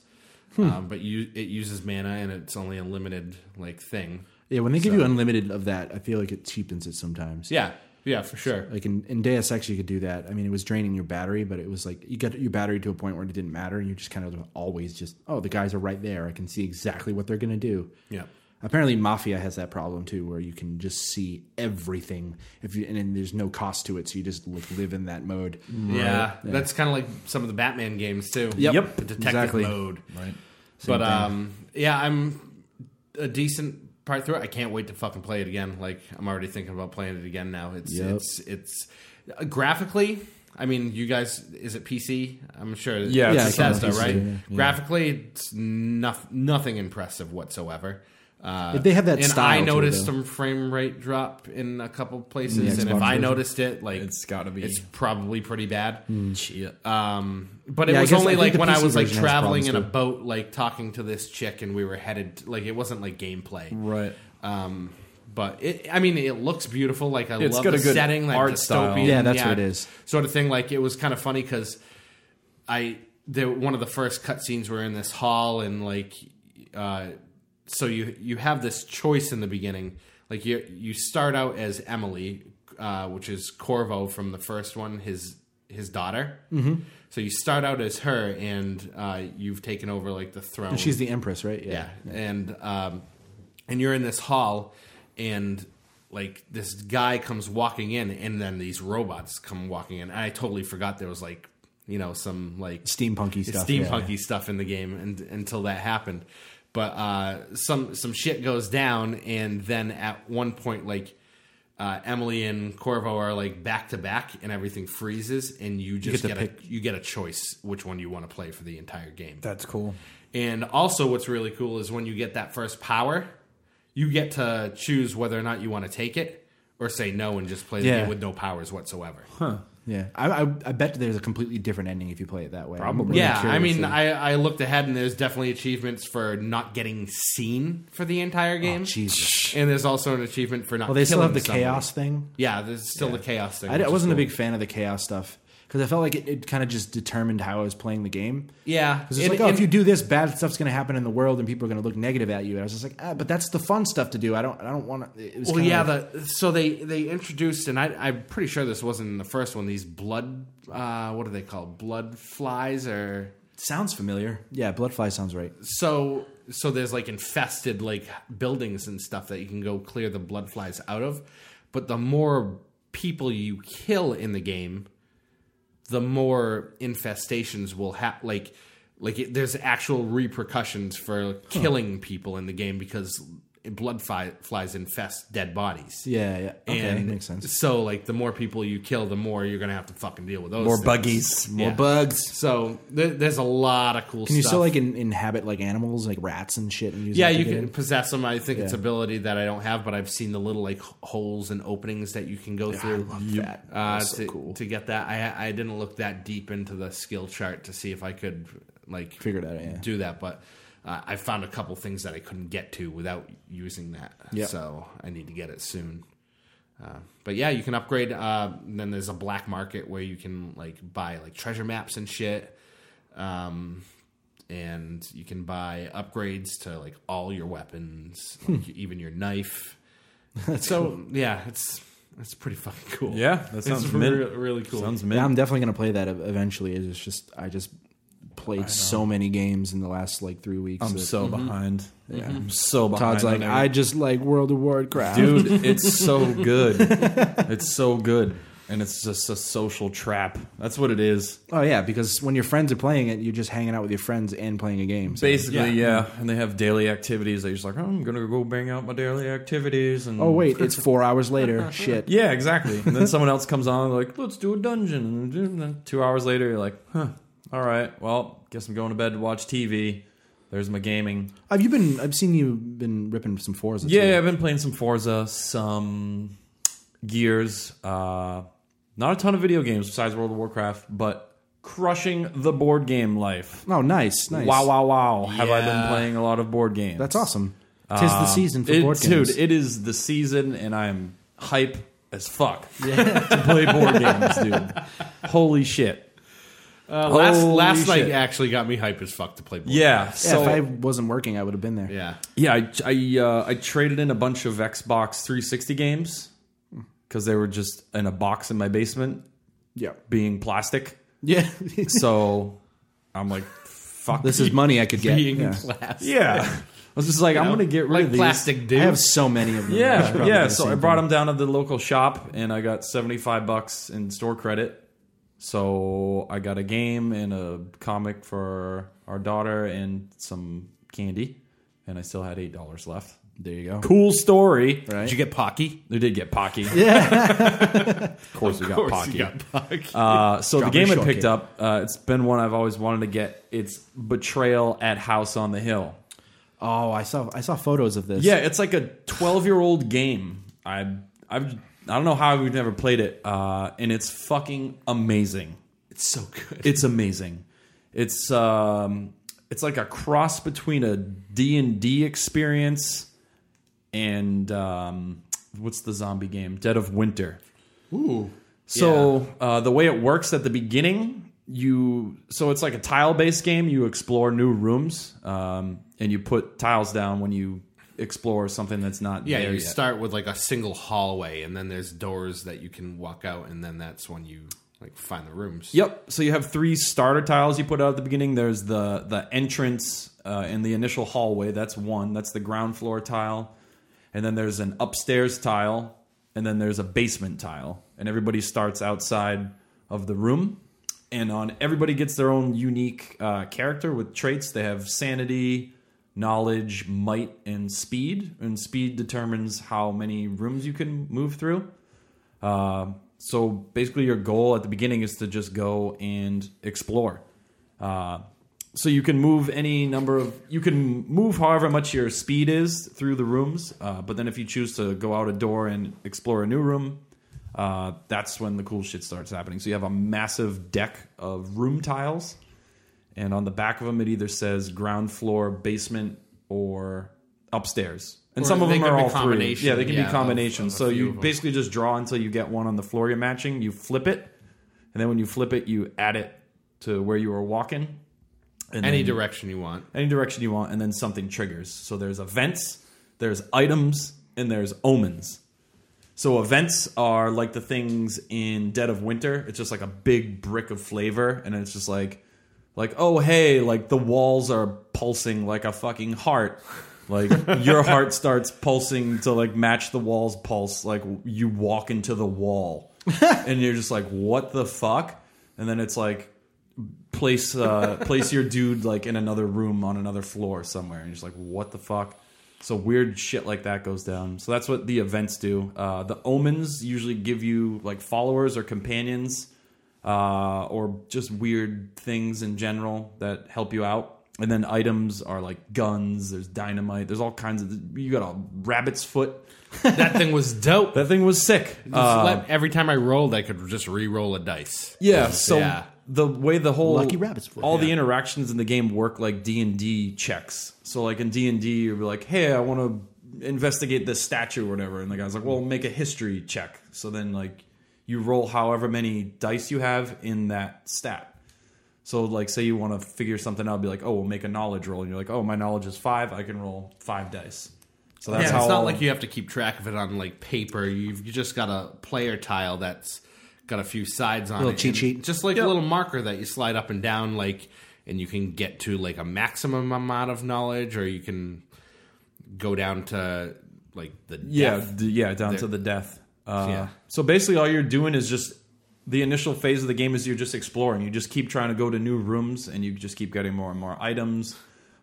Um, but you it uses mana, and it's only a limited like thing.
Yeah. When they give you unlimited of that, I feel like it cheapens it sometimes.
Yeah, yeah, for sure.
Like in, in Deus Ex, you could do that. I mean, it was draining your battery, but it was like you got your battery to a point where it didn't matter, and you just kind of always just, oh, the guys are right there. I can see exactly what they're gonna do.
Yeah.
Apparently, Mafia has that problem too, where you can just see everything if you, and then there's no cost to it, so you just like live in that mode.
Yeah, that's kind of like some of the Batman games too.
Yep. Yep.
the detective
Exactly.
mode.
right?
but um, yeah, I'm a decent part through it. I can't wait to fucking play it again. Like I'm already thinking about playing it again now. It's
Yep.
it's it's uh, graphically I mean, you guys, is it PC? I'm sure.
Yeah,
it's
Yeah,
it's
Bethesda,
on PC,
right?
yeah, yeah.
Graphically, it's nof- nothing impressive whatsoever. Uh,
They have that
and
style to
I
it,
noticed
though.
some frame rate drop in a couple places,
the
and if
Xbox
I
version.
noticed it, like
It's gotta be-
it's probably pretty bad.
Yeah.
Um, but it
Hmm. Yeah, I
was
guess- I
only
think
like
the
when I
PC
was like
version has
traveling in a
problems, too.
boat, like talking to this chick, and we were headed like it wasn't like gameplay,
Right.
Um, but it, I mean, it looks beautiful. Like I
It's
love
got
the
a good
setting, like
art
dystopian,
style.
Yeah, that's what it is.
sort of thing. Like it was kind of funny because I the one of the first cutscenes were in this hall, and like, uh, so you you have this choice in the beginning. Like you you start out as Emily, uh, which is Corvo from the first one, his his daughter. Mm-hmm. So you start out as her, and uh, you've taken over like the throne.
She's the Empress, right?
Yeah. And um, and you're in this hall, and like this guy comes walking in, and then these robots come walking in. I totally forgot there was like you know some like
Steampunky stuff. yeah.
steampunky stuff in the game, and until that happened. But uh, some some shit goes down, and then at one point, like uh, Emily and Corvo are like back to back, and everything freezes, and you just
get to
get, a, you get a choice which one you want to play for the entire game.
That's cool.
And also, what's really cool is when you get that first power, you get to choose whether or not you want to take it or say no and just play the
Yeah.
game with no powers whatsoever.
Yeah, I, I, I bet there's a completely different ending if you play it that way. Probably.
Yeah, I mean, I, I looked ahead and there's definitely achievements for not getting seen for the entire game.
Jesus.
and there's also an achievement for not.
Well, they still have
killing
the
somebody.
chaos thing.
Yeah, there's still the chaos thing.
I,
which
I
is
wasn't a
cool.
big fan of the chaos stuff because I felt like it, it kind of just determined how I was playing the game.
Yeah,
Because it's
and-
like, oh,
and-
if you do this, bad stuff's going to happen in the world, and people are going to look negative at you. And I was just like, ah, but that's the fun stuff to do. I don't, I don't want to.
Well, yeah. The, so they they introduced, and I, I'm pretty sure this wasn't in the first one. These blood, uh, what are they called? Blood flies or
sounds familiar. Yeah, Bloodfly sounds right.
so so there's like infested like buildings and stuff that you can go clear the blood flies out of but the more people you kill in the game the more infestations will have like like it, there's actual repercussions for killing people in the game because blood fly, flies infest dead bodies
Yeah, yeah. Okay,
and
makes sense.
so like the more people you kill the more you're gonna have to fucking deal with those
More
things.
buggies.
Yeah.
bugs.
so th- there's a lot of cool
Can you
stuff
still like in, inhabit like animals, like rats and shit? And use
Yeah,
that to
you
get
can
in?
possess them. I think it's
Yeah.
ability that I don't have, but I've seen the little like h- holes and openings that you can go through.
that.
Uh,
That's so
to,
cool.
to get that, I I didn't look that deep into the skill chart to see if I could like
figure it out. Yeah.
do that, but uh, I found a couple things that I couldn't get to without using that.
Yeah.
So I need to get it soon. Uh, but yeah, you can upgrade. Uh, and then there's a black market where you can like buy like treasure maps and shit. Um, and you can buy upgrades to like all your weapons,
Hmm.
like, even
[LAUGHS]
your knife. so yeah, it's it's pretty fucking cool.
Yeah, that sounds
it's
mint.
re- really cool.
Sounds
Yeah,
mint.
I'm definitely going to play that ev- eventually. It's just I just played so many games in the last like three weeks.
I'm
that-
so
Mm-hmm.
behind. Yeah, I'm so behind.
Todd's like
on
I just like World of Warcraft.
everything.
[LAUGHS]
dude, it's so good. it's so good, and it's just a social trap. That's what it is.
Oh yeah, because when your friends are playing it, you're just hanging out with your friends and playing a game. So.
Basically, yeah. And they have daily activities. They're just like, oh, I'm gonna go bang out my daily activities. And
Oh wait, it's four hours later. Shit.
yeah, exactly. And then someone else comes on, like, let's do a dungeon. And then- then two hours later, you're like, huh, all right, well, guess I'm going to bed to watch TV. There's my gaming.
Have you been? I've seen you been ripping some fours.
Yeah, I've been playing some Forza, some Gears, uh, not a ton of video games besides World of Warcraft, but crushing the board game life.
Oh, nice, nice.
Wow, wow, wow! Have I been
Yeah.
playing a lot of board games?
That's awesome. Tis the season for
It-
board
dude,
games.
it is the season, and I'm hype as fuck [LAUGHS] to play board games, dude. Holy shit!
Uh, last
Holy
last night
shit.
actually got me hype as fuck to play. Board
Yeah,
yeah,
so
if I wasn't working, I would have been there.
Yeah.
Yeah, I I, uh, I traded in a bunch of Xbox 360 games because they were just in a box in my basement,
yeah,
being plastic.
yeah.
So I'm like, fuck
this is money I could get.
Being
Yeah.
plastic.
yeah. I was just like, I'm gonna get rid
like
of these.
plastic
I
dude.
have so many of them. I should
Yeah,
probably do
yeah.
the
So
same
I brought
thing.
them down to the local shop, and I got 75 bucks in store credit. So I got a game and a comic for our daughter and some candy, and I still had eight dollars left.
There you go.
Cool story.
Right.
Did you get Pocky?
They did get Pocky. [LAUGHS] Yeah. of course we got Pocky.
[LAUGHS]
Uh, so the
Strawberry
game I picked
shortcake.
up, uh, it's been one I've always wanted to get. It's Betrayal at House on the Hill.
Oh, I saw I saw photos of this.
Yeah, it's like a 12 year old game. I I've I don't know how we've never played it, uh, and it's fucking amazing.
it's so good.
It's amazing. It's um, it's like a cross between a D and D experience and um, what's the zombie game? Dead of Winter.
Ooh.
So uh, the way it works at the beginning, you so it's like a tile-based game. You explore new rooms, um, and you put tiles down when you explore something that's not
Yeah,
there
you
yet.
start with like a single hallway, and then there's doors that you can walk out, and then that's when you like find the rooms.
Yep. So you have three starter tiles you put out at the beginning. There's the the entrance uh, and the initial hallway. That's one. That's the ground floor tile, and then there's an upstairs tile, and then there's a basement tile. And everybody starts outside of the room, and on everybody gets their own unique uh, character with traits. They have sanity, knowledge, might, and speed. And speed determines how many rooms you can move through. Uh, so basically, your goal at the beginning is to just go and explore. Uh, so you can move any number of you can move however much your speed is through the rooms. Uh, but then if you choose to go out a door and explore a new room, uh, that's when the cool shit starts happening. So you have a massive deck of room tiles, and on the back of them it either says ground floor, basement, or upstairs. And
Or
some of
they
them
can
are
be
all three.
combination-
Yeah, they can
yeah, of-
be
of
combinations.
a
so
few
you
of 'em.
basically just draw until you get one on the floor you're matching. You flip it, and then when you flip it, you add it to where you were walking. And
Any
then-
direction you want.
any direction you want, and then something triggers. So there's events, there's items, and there's omens. So events are like the things in Dead of Winter. It's just like a big brick of flavor, and it's just like, like oh hey, like the walls are pulsing like a fucking heart. Like your heart starts pulsing to like match the wall's pulse. Like you walk into the wall, and you're just like, what the fuck? And then it's like place uh, place your dude like in another room on another floor somewhere, and you're just like, what the fuck? So weird shit like that goes down. So that's what the events do. Uh, the omens usually give you like followers or companions, uh, or just weird things in general that help you out. And then items are like guns. There's dynamite. There's all kinds of. You got a rabbit's foot.
that thing was dope.
That thing was sick.
Just
Uh,
let- every time I rolled, I could just re-roll a dice.
Yeah. So
yeah.
the way the whole
Lucky rabbit's foot.
all the interactions in the game work like D and D checks. So like in D and D, you're like, hey, I want to investigate this statue or whatever, and the guy's like, well, make a history check. So then like you roll however many dice you have in that stat. So like say you want to figure something out, be like, oh, we'll make a knowledge roll, and you're like, oh, my knowledge is five, I can roll five dice. So that's
yeah,
how
it's not
all-
like you have to keep track of it on like paper. You've you just got a player tile that's got a few sides on
Little
it,
cheat
and
sheet.
just like a little marker that you slide up and down, like, and you can get to like a maximum amount of knowledge, or you can go down to like the
Yeah,
depth.
d- yeah, down to the death. Uh,
Yeah.
So basically, all you're doing is just the initial phase of the game is you're just exploring. You just keep trying to go to new rooms, and you just keep getting more and more items,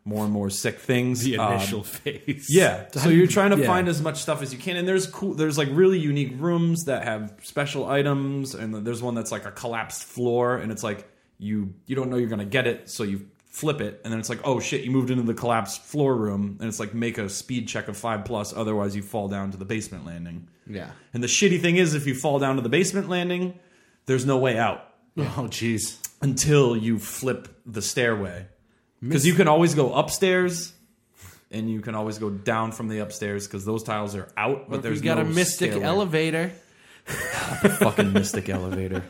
more and more sick things.
[LAUGHS] the
Um,
initial phase.
yeah. So you're trying to
yeah.
find as much stuff as you can, and there's cool. There's like really unique rooms that have special items, and there's one that's like a collapsed floor, and it's like you you don't know you're gonna get it, so you flip it, and then it's like oh shit, you moved into the collapsed floor room, and it's like make a speed check of five plus, otherwise you fall down to the basement landing.
yeah.
And the shitty thing is, if you fall down to the basement landing, there's no way out
[LAUGHS] Oh, jeez.
until you flip the stairway. Because you can always go upstairs and you can always go down from the upstairs because those tiles are out, but there's
you got
no
a mystic
stairway.
elevator.
fucking
[LAUGHS]
mystic elevator.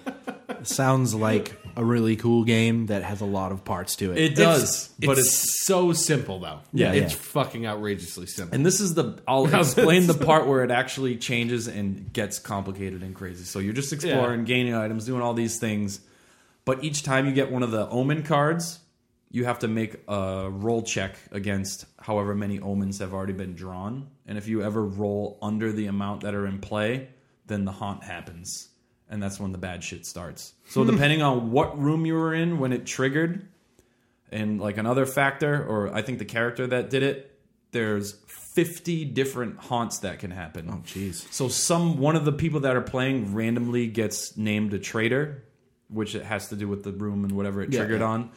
Sounds like a really cool game that has a lot of parts to it.
It does, but it's,
so simple though.
Yeah,
it's
yeah.
fucking outrageously simple.
and this is the I'll explain the part where it actually changes and gets complicated and crazy. So you're just exploring, gaining items, doing all these things, but each time you get one of the omen cards, you have to make a roll check against however many omens have already been drawn. And if you ever roll under the amount that are in play, then the haunt happens. And that's when the bad shit starts. So depending on what room you were in when it triggered, and like another factor, or I think the character that did it, there's 50 different haunts that can happen.
Oh, jeez.
So some one of the people that are playing randomly gets named a traitor, which it has to do with the room and whatever it
Yeah,
triggered
yeah.
on.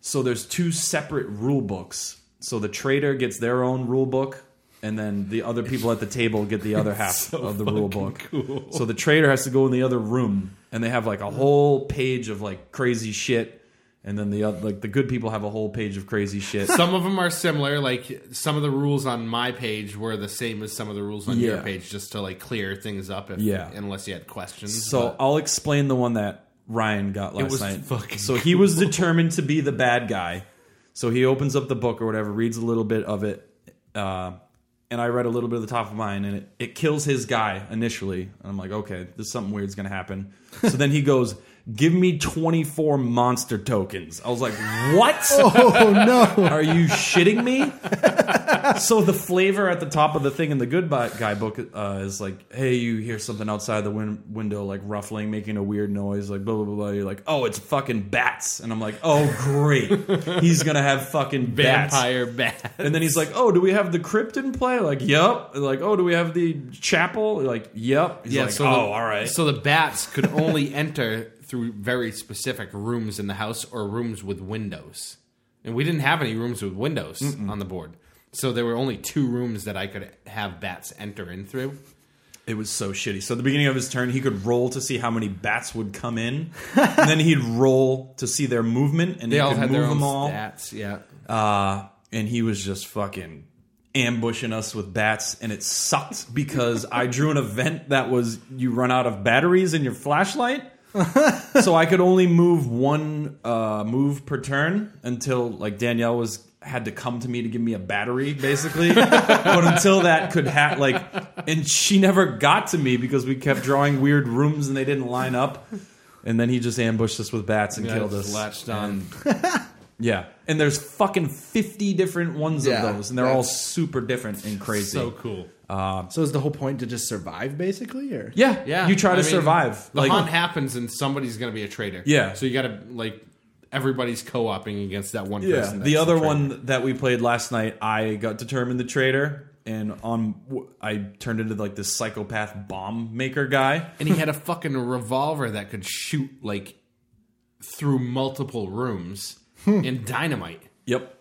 So there's two separate rule books. So the traitor gets their own rule book, and then the other people at the table get
[LAUGHS]
the other half of the rule book. So the traitor has to go in the other room, and they have like a whole page of like crazy shit. And then the other, like the good people have a whole page of crazy shit.
Some of them are similar. Like some of the rules on my page were the same as some of the rules on your
Yeah.
page, just to like clear things up. If,
Yeah.
Unless you had questions.
So I'll explain the one that Ryan got last
was
night.
fucking
so he was determined to be the bad guy. So he opens up the book or whatever, reads a little bit of it, uh, and I read a little bit of the top of mine, and it, it kills his guy initially. And I'm like, okay, there's something weird's gonna happen. So then he goes, "Give me 24 monster tokens." I was like, what?
[LAUGHS] Oh no!
Are you shitting me? so the flavor at the top of the thing in the good Bu- guy book uh, is like, hey, you hear something outside the win- window, like ruffling, making a weird noise, like blah blah blah. blah. You're like, oh, it's fucking bats, and I'm like, oh great, he's gonna have fucking bats.
Vampire bat.
And then he's like, "Oh, do we have the crypt in play?" Like, "Yep." Like, "Oh, do we have the chapel?" Like, "Yep." He's
Yeah,
like,
so
"Oh,
the,
all right."
So the bats could only enter through very specific rooms in the house or rooms with windows. And we didn't have any rooms with windows on the board. So there were only two rooms that I could have bats enter in through.
It was so shitty. So at the beginning of his turn, he could roll to see how many bats would come in, and then he'd roll to see their movement, and
They
he
all
could
had
move
their own
them all.
stats, yeah.
Uh, and he was just fucking ambushing us with bats, and it sucked because I drew an event that was you run out of batteries in your flashlight. so I could only move one uh, move per turn until like Danielle was had to come to me to give me a battery, basically. but until that could ha like, and she never got to me because we kept drawing weird rooms and they didn't line up. And then he just ambushed us with bats and killed us.
Latched on.
Yeah, and there's fucking fifty different ones
Yeah,
of those, and they're all
that's-
super different and crazy.
So cool.
So is the whole point to just survive, basically, or
yeah,
Yeah.
You try
I
to
mean,
survive.
The
like,
haunt happens and somebody's going to be a traitor.
Yeah.
So you got to, like, everybody's co oping against that one
yeah.
person.
The
that's
other
traitor.
one that we played last night, I got determined the traitor, and on w- I turned into like this psychopath bomb maker guy.
and he had a fucking revolver that could shoot like through
[LAUGHS]
multiple rooms
Hmm.
and dynamite.
Yep.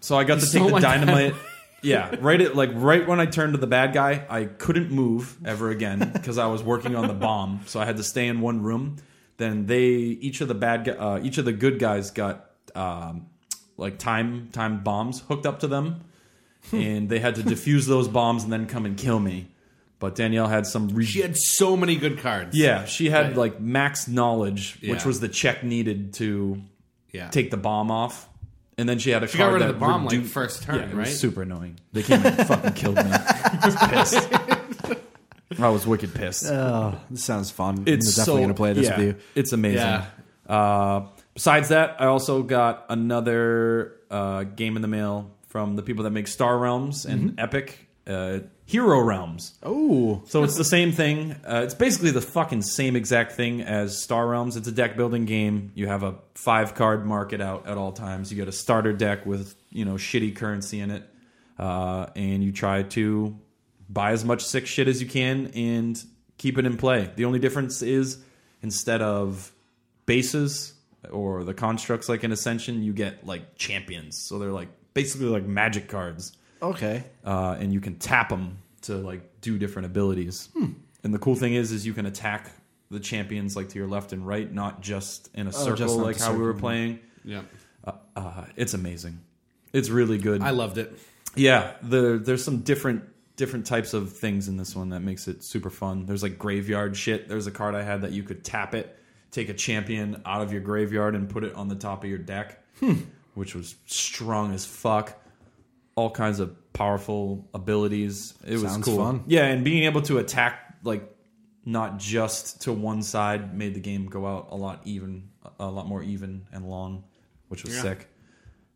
So I got to
stole
take the
my
dynamite. [LAUGHS] yeah, right at like right when I turned to the bad guy, I couldn't move ever again because I was working
[LAUGHS]
on the bomb. So I had to stay in one room. Then they each of the bad gu- uh, each of the good guys got um, like time time bombs hooked up to them,
Hmm.
and they had
[LAUGHS]
to defuse those bombs and then come and kill me. But Danielle had some re-
She had so many good cards.
yeah she had like max knowledge, which
Yeah.
was the check needed to
yeah.
take the bomb off, and then she had a she
got rid of the bomb, like, first turn, right?
super annoying. They came and fucking killed me.
[LAUGHS]
I was pissed. I was wicked pissed.
this sounds fun.
it's
Uh, I'm definitely
so,
gonna play this
yeah,
with you.
It's amazing.
Yeah.
Uh, besides that, I also got another uh, game in the mail from the people that make Star Realms and Epic uh, Hero Realms.
Oh,
So it's the same thing. Uh, it's basically the fucking same exact thing as Star Realms. It's a deck building game. You have a five card market out at all times. You get a starter deck with you know shitty currency in it, uh, and you try to buy as much sick shit as you can and keep it in play. The only difference is instead of bases or the constructs like in Ascension, you get like champions. So they're like basically like magic cards
okay.
uh, and you can tap them to like do different abilities.
Hmm.
And the cool thing is, is you can attack the champions like to your left and right, not just in a circle
not
like
Oh, the
how we were
circle.
playing.
Yeah.
Uh, it's amazing. It's really good.
I loved it.
yeah, the, there's some different different types of things in this one that makes it super fun. There's like graveyard shit. There's a card I had that you could tap it, take a champion out of your graveyard and put it on the top of your deck,
Hmm.
which was strong as fuck all kinds of powerful abilities. It was
Sounds
cool.
fun.
Yeah, and being able to attack like not just to one side made the game go out a lot even, a lot more even and long, which was sick.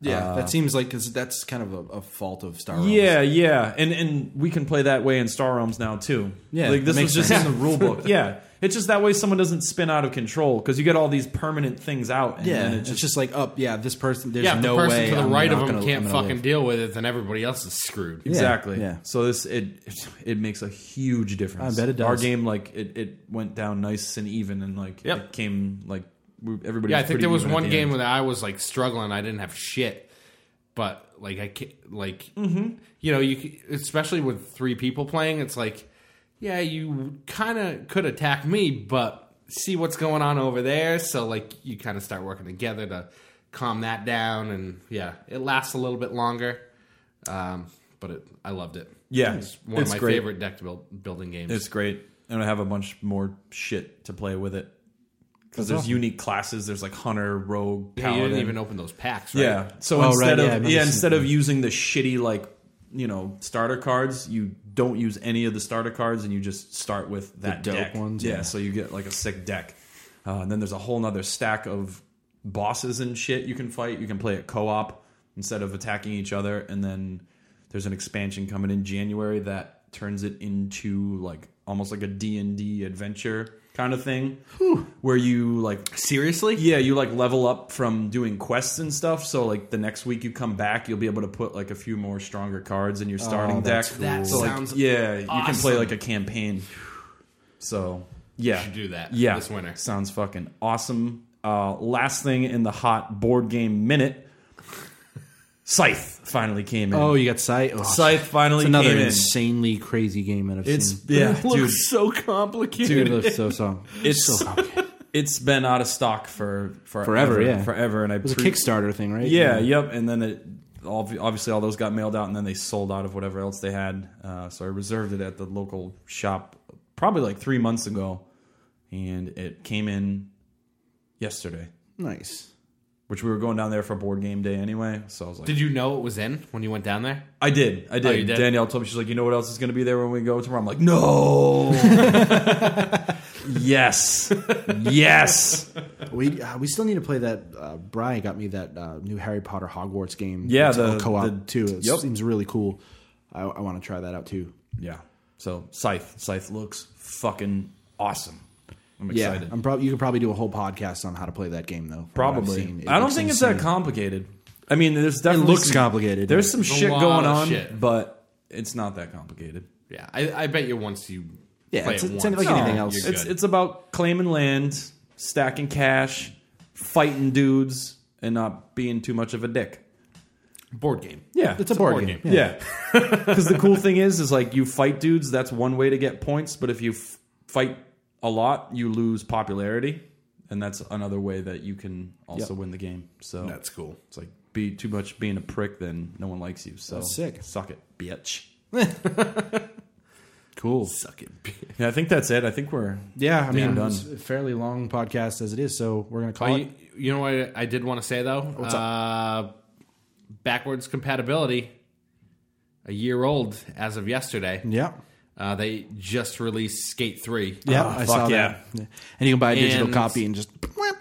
Yeah, that seems like because that's kind of a, a fault of Star. Realms.
Yeah, yeah, and and we can play that way in Star Realms now too.
Yeah,
like this
makes
was just
sense.
in the
[LAUGHS]
rule book. yeah, it's just that way someone doesn't spin out of control because you get all these permanent things out. And
yeah.
then
It's just, like up. Yeah, this person. There's
yeah, if
no
the person
way
to the
I'm
right of
not
them
gonna-
can't
I'm gonna
fucking
live.
deal with it, then everybody else is screwed.
exactly.
yeah.
So this it it makes a huge difference.
I bet it does.
Our game like it it went down nice and even and like
Yep.
it came like we, everybody.
Yeah, I think
pretty
there was
even at
one
the
game
end.
where I was like struggling. I didn't have shit, but like I can't, like
Mm-hmm.
you know you c- especially with three people playing, it's like yeah you kind of could attack me, but see what's going on over there. So like you kind of start working together to calm that down, and yeah, it lasts a little bit longer. Um, but it, I loved it.
Yeah,
it's one
it's
of my
great.
favorite deck build, building games.
It's great, and I have a bunch more shit to play with it because there's unique classes. There's like hunter, rogue,
yeah, you
paladin.
didn't even open those packs, right?
Yeah. So
Oh, right,
instead
yeah, I
of
remember
yeah,
seeing
instead of using the shitty like you know starter cards, you don't use any of the starter cards, and you just start with that
dope
deck.
ones,
Yeah,
yeah.
So you get like a sick deck, uh, and then there's a whole nother stack of bosses and shit you can fight. You can play it co-op instead of attacking each other, and then there's an expansion coming in January that turns it into like almost like a D&D adventure kind of thing where you like
Seriously?
yeah, you like level up from doing quests and stuff. So like the next week you come back, you'll be able to put like a few more stronger cards in your starting deck.
Oh, that's cool. That
so, like,
sounds
yeah, you can play
awesome.
like a campaign. So yeah,
should do that
Yeah,
this winter.
sounds fucking awesome. Uh, last thing in the hot board game minute, Scythe finally came in.
Oh, you got Scythe. Oh,
Scythe finally
It's another
came in.
insanely crazy game that I've
It's
seen.
yeah,
It looks
dude.
so complicated.
Dude, it looks so so.
It's
so complicated.
it's been out of stock for, for
Forever, yeah.
forever. And I
It was a
pre-
Kickstarter thing, right?
Yeah, yep. And then it ob- obviously all those got mailed out, and then they sold out of whatever else they had. Uh, so I reserved it at the local shop probably like three months ago, and it came in yesterday.
Nice.
Which we were going down there for board game day anyway, so I was like,
Did you know it was in when you went down there?
I did, I did.
you did?
Danielle told me she's like, you know what else is going to be there when we go tomorrow? I'm like, no, yes, yes,
We uh, we still need to play that. Uh, Brian got me that uh, new Harry Potter Hogwarts game.
Yeah,
It's all
the-
co-op
the-
too. It
yep.
seems really cool. I, I want to try that out too.
yeah. So Scythe, Scythe looks fucking awesome. I'm
Yeah,
excited.
I'm prob- you could probably do a whole podcast on how to play that game though. from what I've seen. It
I don't
looks
think it's
insane.
that complicated. I mean, there's definitely
looks
some-
complicated.
There's some
It's
shit
lot
going
of
on,
shit.
but it's not that complicated.
Yeah, I, I bet you once you
Yeah,
play
it's-
it
it's
once,
like
you're
anything else.
good.
It's it's about claiming land, stacking cash, fighting dudes, and not being too much of a dick.
board game.
Yeah,
It's a board, game. Yeah.
Yeah, [LAUGHS] because the cool thing is, is like you fight dudes. That's one way to get points, but if you f- fight a lot, you lose popularity, and that's another way that you can also win the game. So
That's cool.
It's like be too much being a prick, then no one likes you. So
That's sick.
Suck it, bitch.
Cool.
Suck it.
Yeah, I think that's it. I think we're
Yeah, I mean,
done.
it's a fairly long podcast as it is, so we're gonna call
Oh,
it.
you, you know what I, I did want to say though? What's up? Uh, backwards compatibility. A year old as of yesterday.
Yeah,
Uh, they just released Skate Three.
yeah,
Oh,
I
fuck
saw
yeah.
that. Yeah. And you can buy a digital
And-
copy and just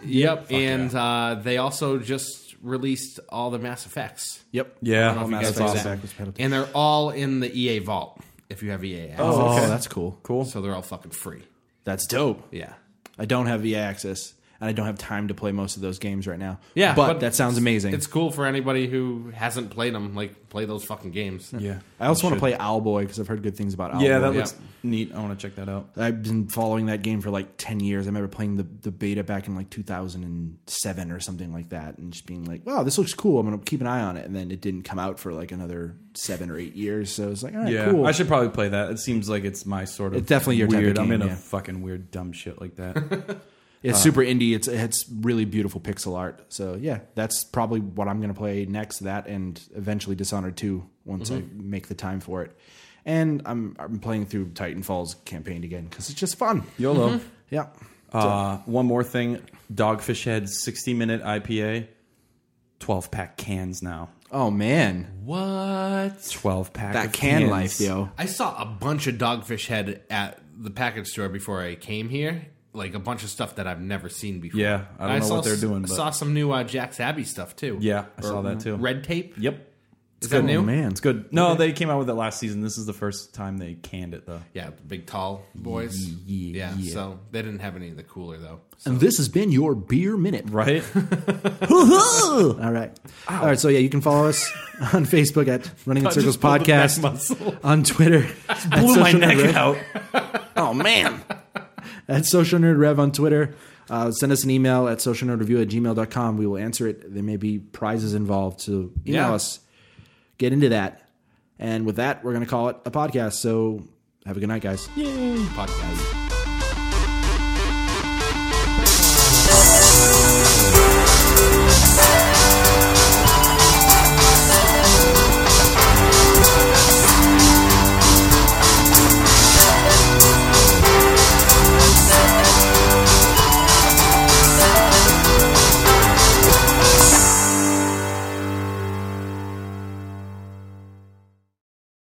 Yep. and uh, they also just released all the Mass Effects.
yep.
yeah.
know if you
that's
guys
awesome.
saw
Backwards pedal.
And they're all in the EA Vault if you have EA. access.
Oh, that's cool.
Cool.
So they're all fucking free.
That's dope.
Yeah.
I don't have EA access, and I don't have time to play most of those games right now.
Yeah,
but,
but
that sounds amazing.
It's cool for anybody who hasn't played them. Like play those fucking games.
Yeah,
I also want to play Owlboy because I've heard good things about Owlboy.
Yeah, that
Yeah.
looks neat. I want to check that out.
I've been following that game for like ten years. I remember playing the, the beta back in like two thousand and seven or something like that, and just being like, "Wow, this looks cool. I'm gonna keep an eye on it." And then it didn't come out for like another seven or eight years. So it's like, all right,
Yeah,
cool.
I should probably play that. It seems like it's my sort of.
It's definitely your type of
weird. I'm
game,
in a
yeah.
fucking weird dumb shit
[LAUGHS]
like that.
It's super indie. It's it's really beautiful pixel art. So yeah, that's probably what I'm gonna play next. That and eventually Dishonored Two once I make the time for it. And I'm I'm playing through Titanfall's campaign again because it's just fun.
YOLO.
Yeah,
Uh, one more thing. Dogfish Head 60 minute IPA. 12 pack cans now.
Oh man,
What?
12 pack.
that
of
can
cans.
life, yo.
I saw a bunch of dogfish head at the package store before I came here, like a bunch of stuff that I've never seen before.
Yeah, I don't
And
know
saw
what they're
s-
doing,
I
but-
saw some new uh, Jack's Abbey stuff too.
Yeah, I saw that too.
Red tape.
Yep. It's
that
good.
new?
Oh, man, it's good. No, they came out with it last season. This is the first time they canned it though.
Yeah, the big tall boys. Yeah,
yeah.
So they didn't have any of the cooler though.
And this has been your beer minute.
[LAUGHS] Right?
All right. All right. So, yeah, you can follow [LAUGHS] us on Facebook at Running in Circles
just pulled the back
Podcast,
muscle.
on [LAUGHS] Twitter.
Blew my neck
out.
out.
Oh man. [LAUGHS] at Social Nerd Rev on Twitter. Uh, send us an email at socialnerdreview at gmail.com. We will answer it. There may be prizes involved. So email
Yeah.
us. Get into that. And with that, we're going to call it a podcast. So have a good night, guys.
Podcast.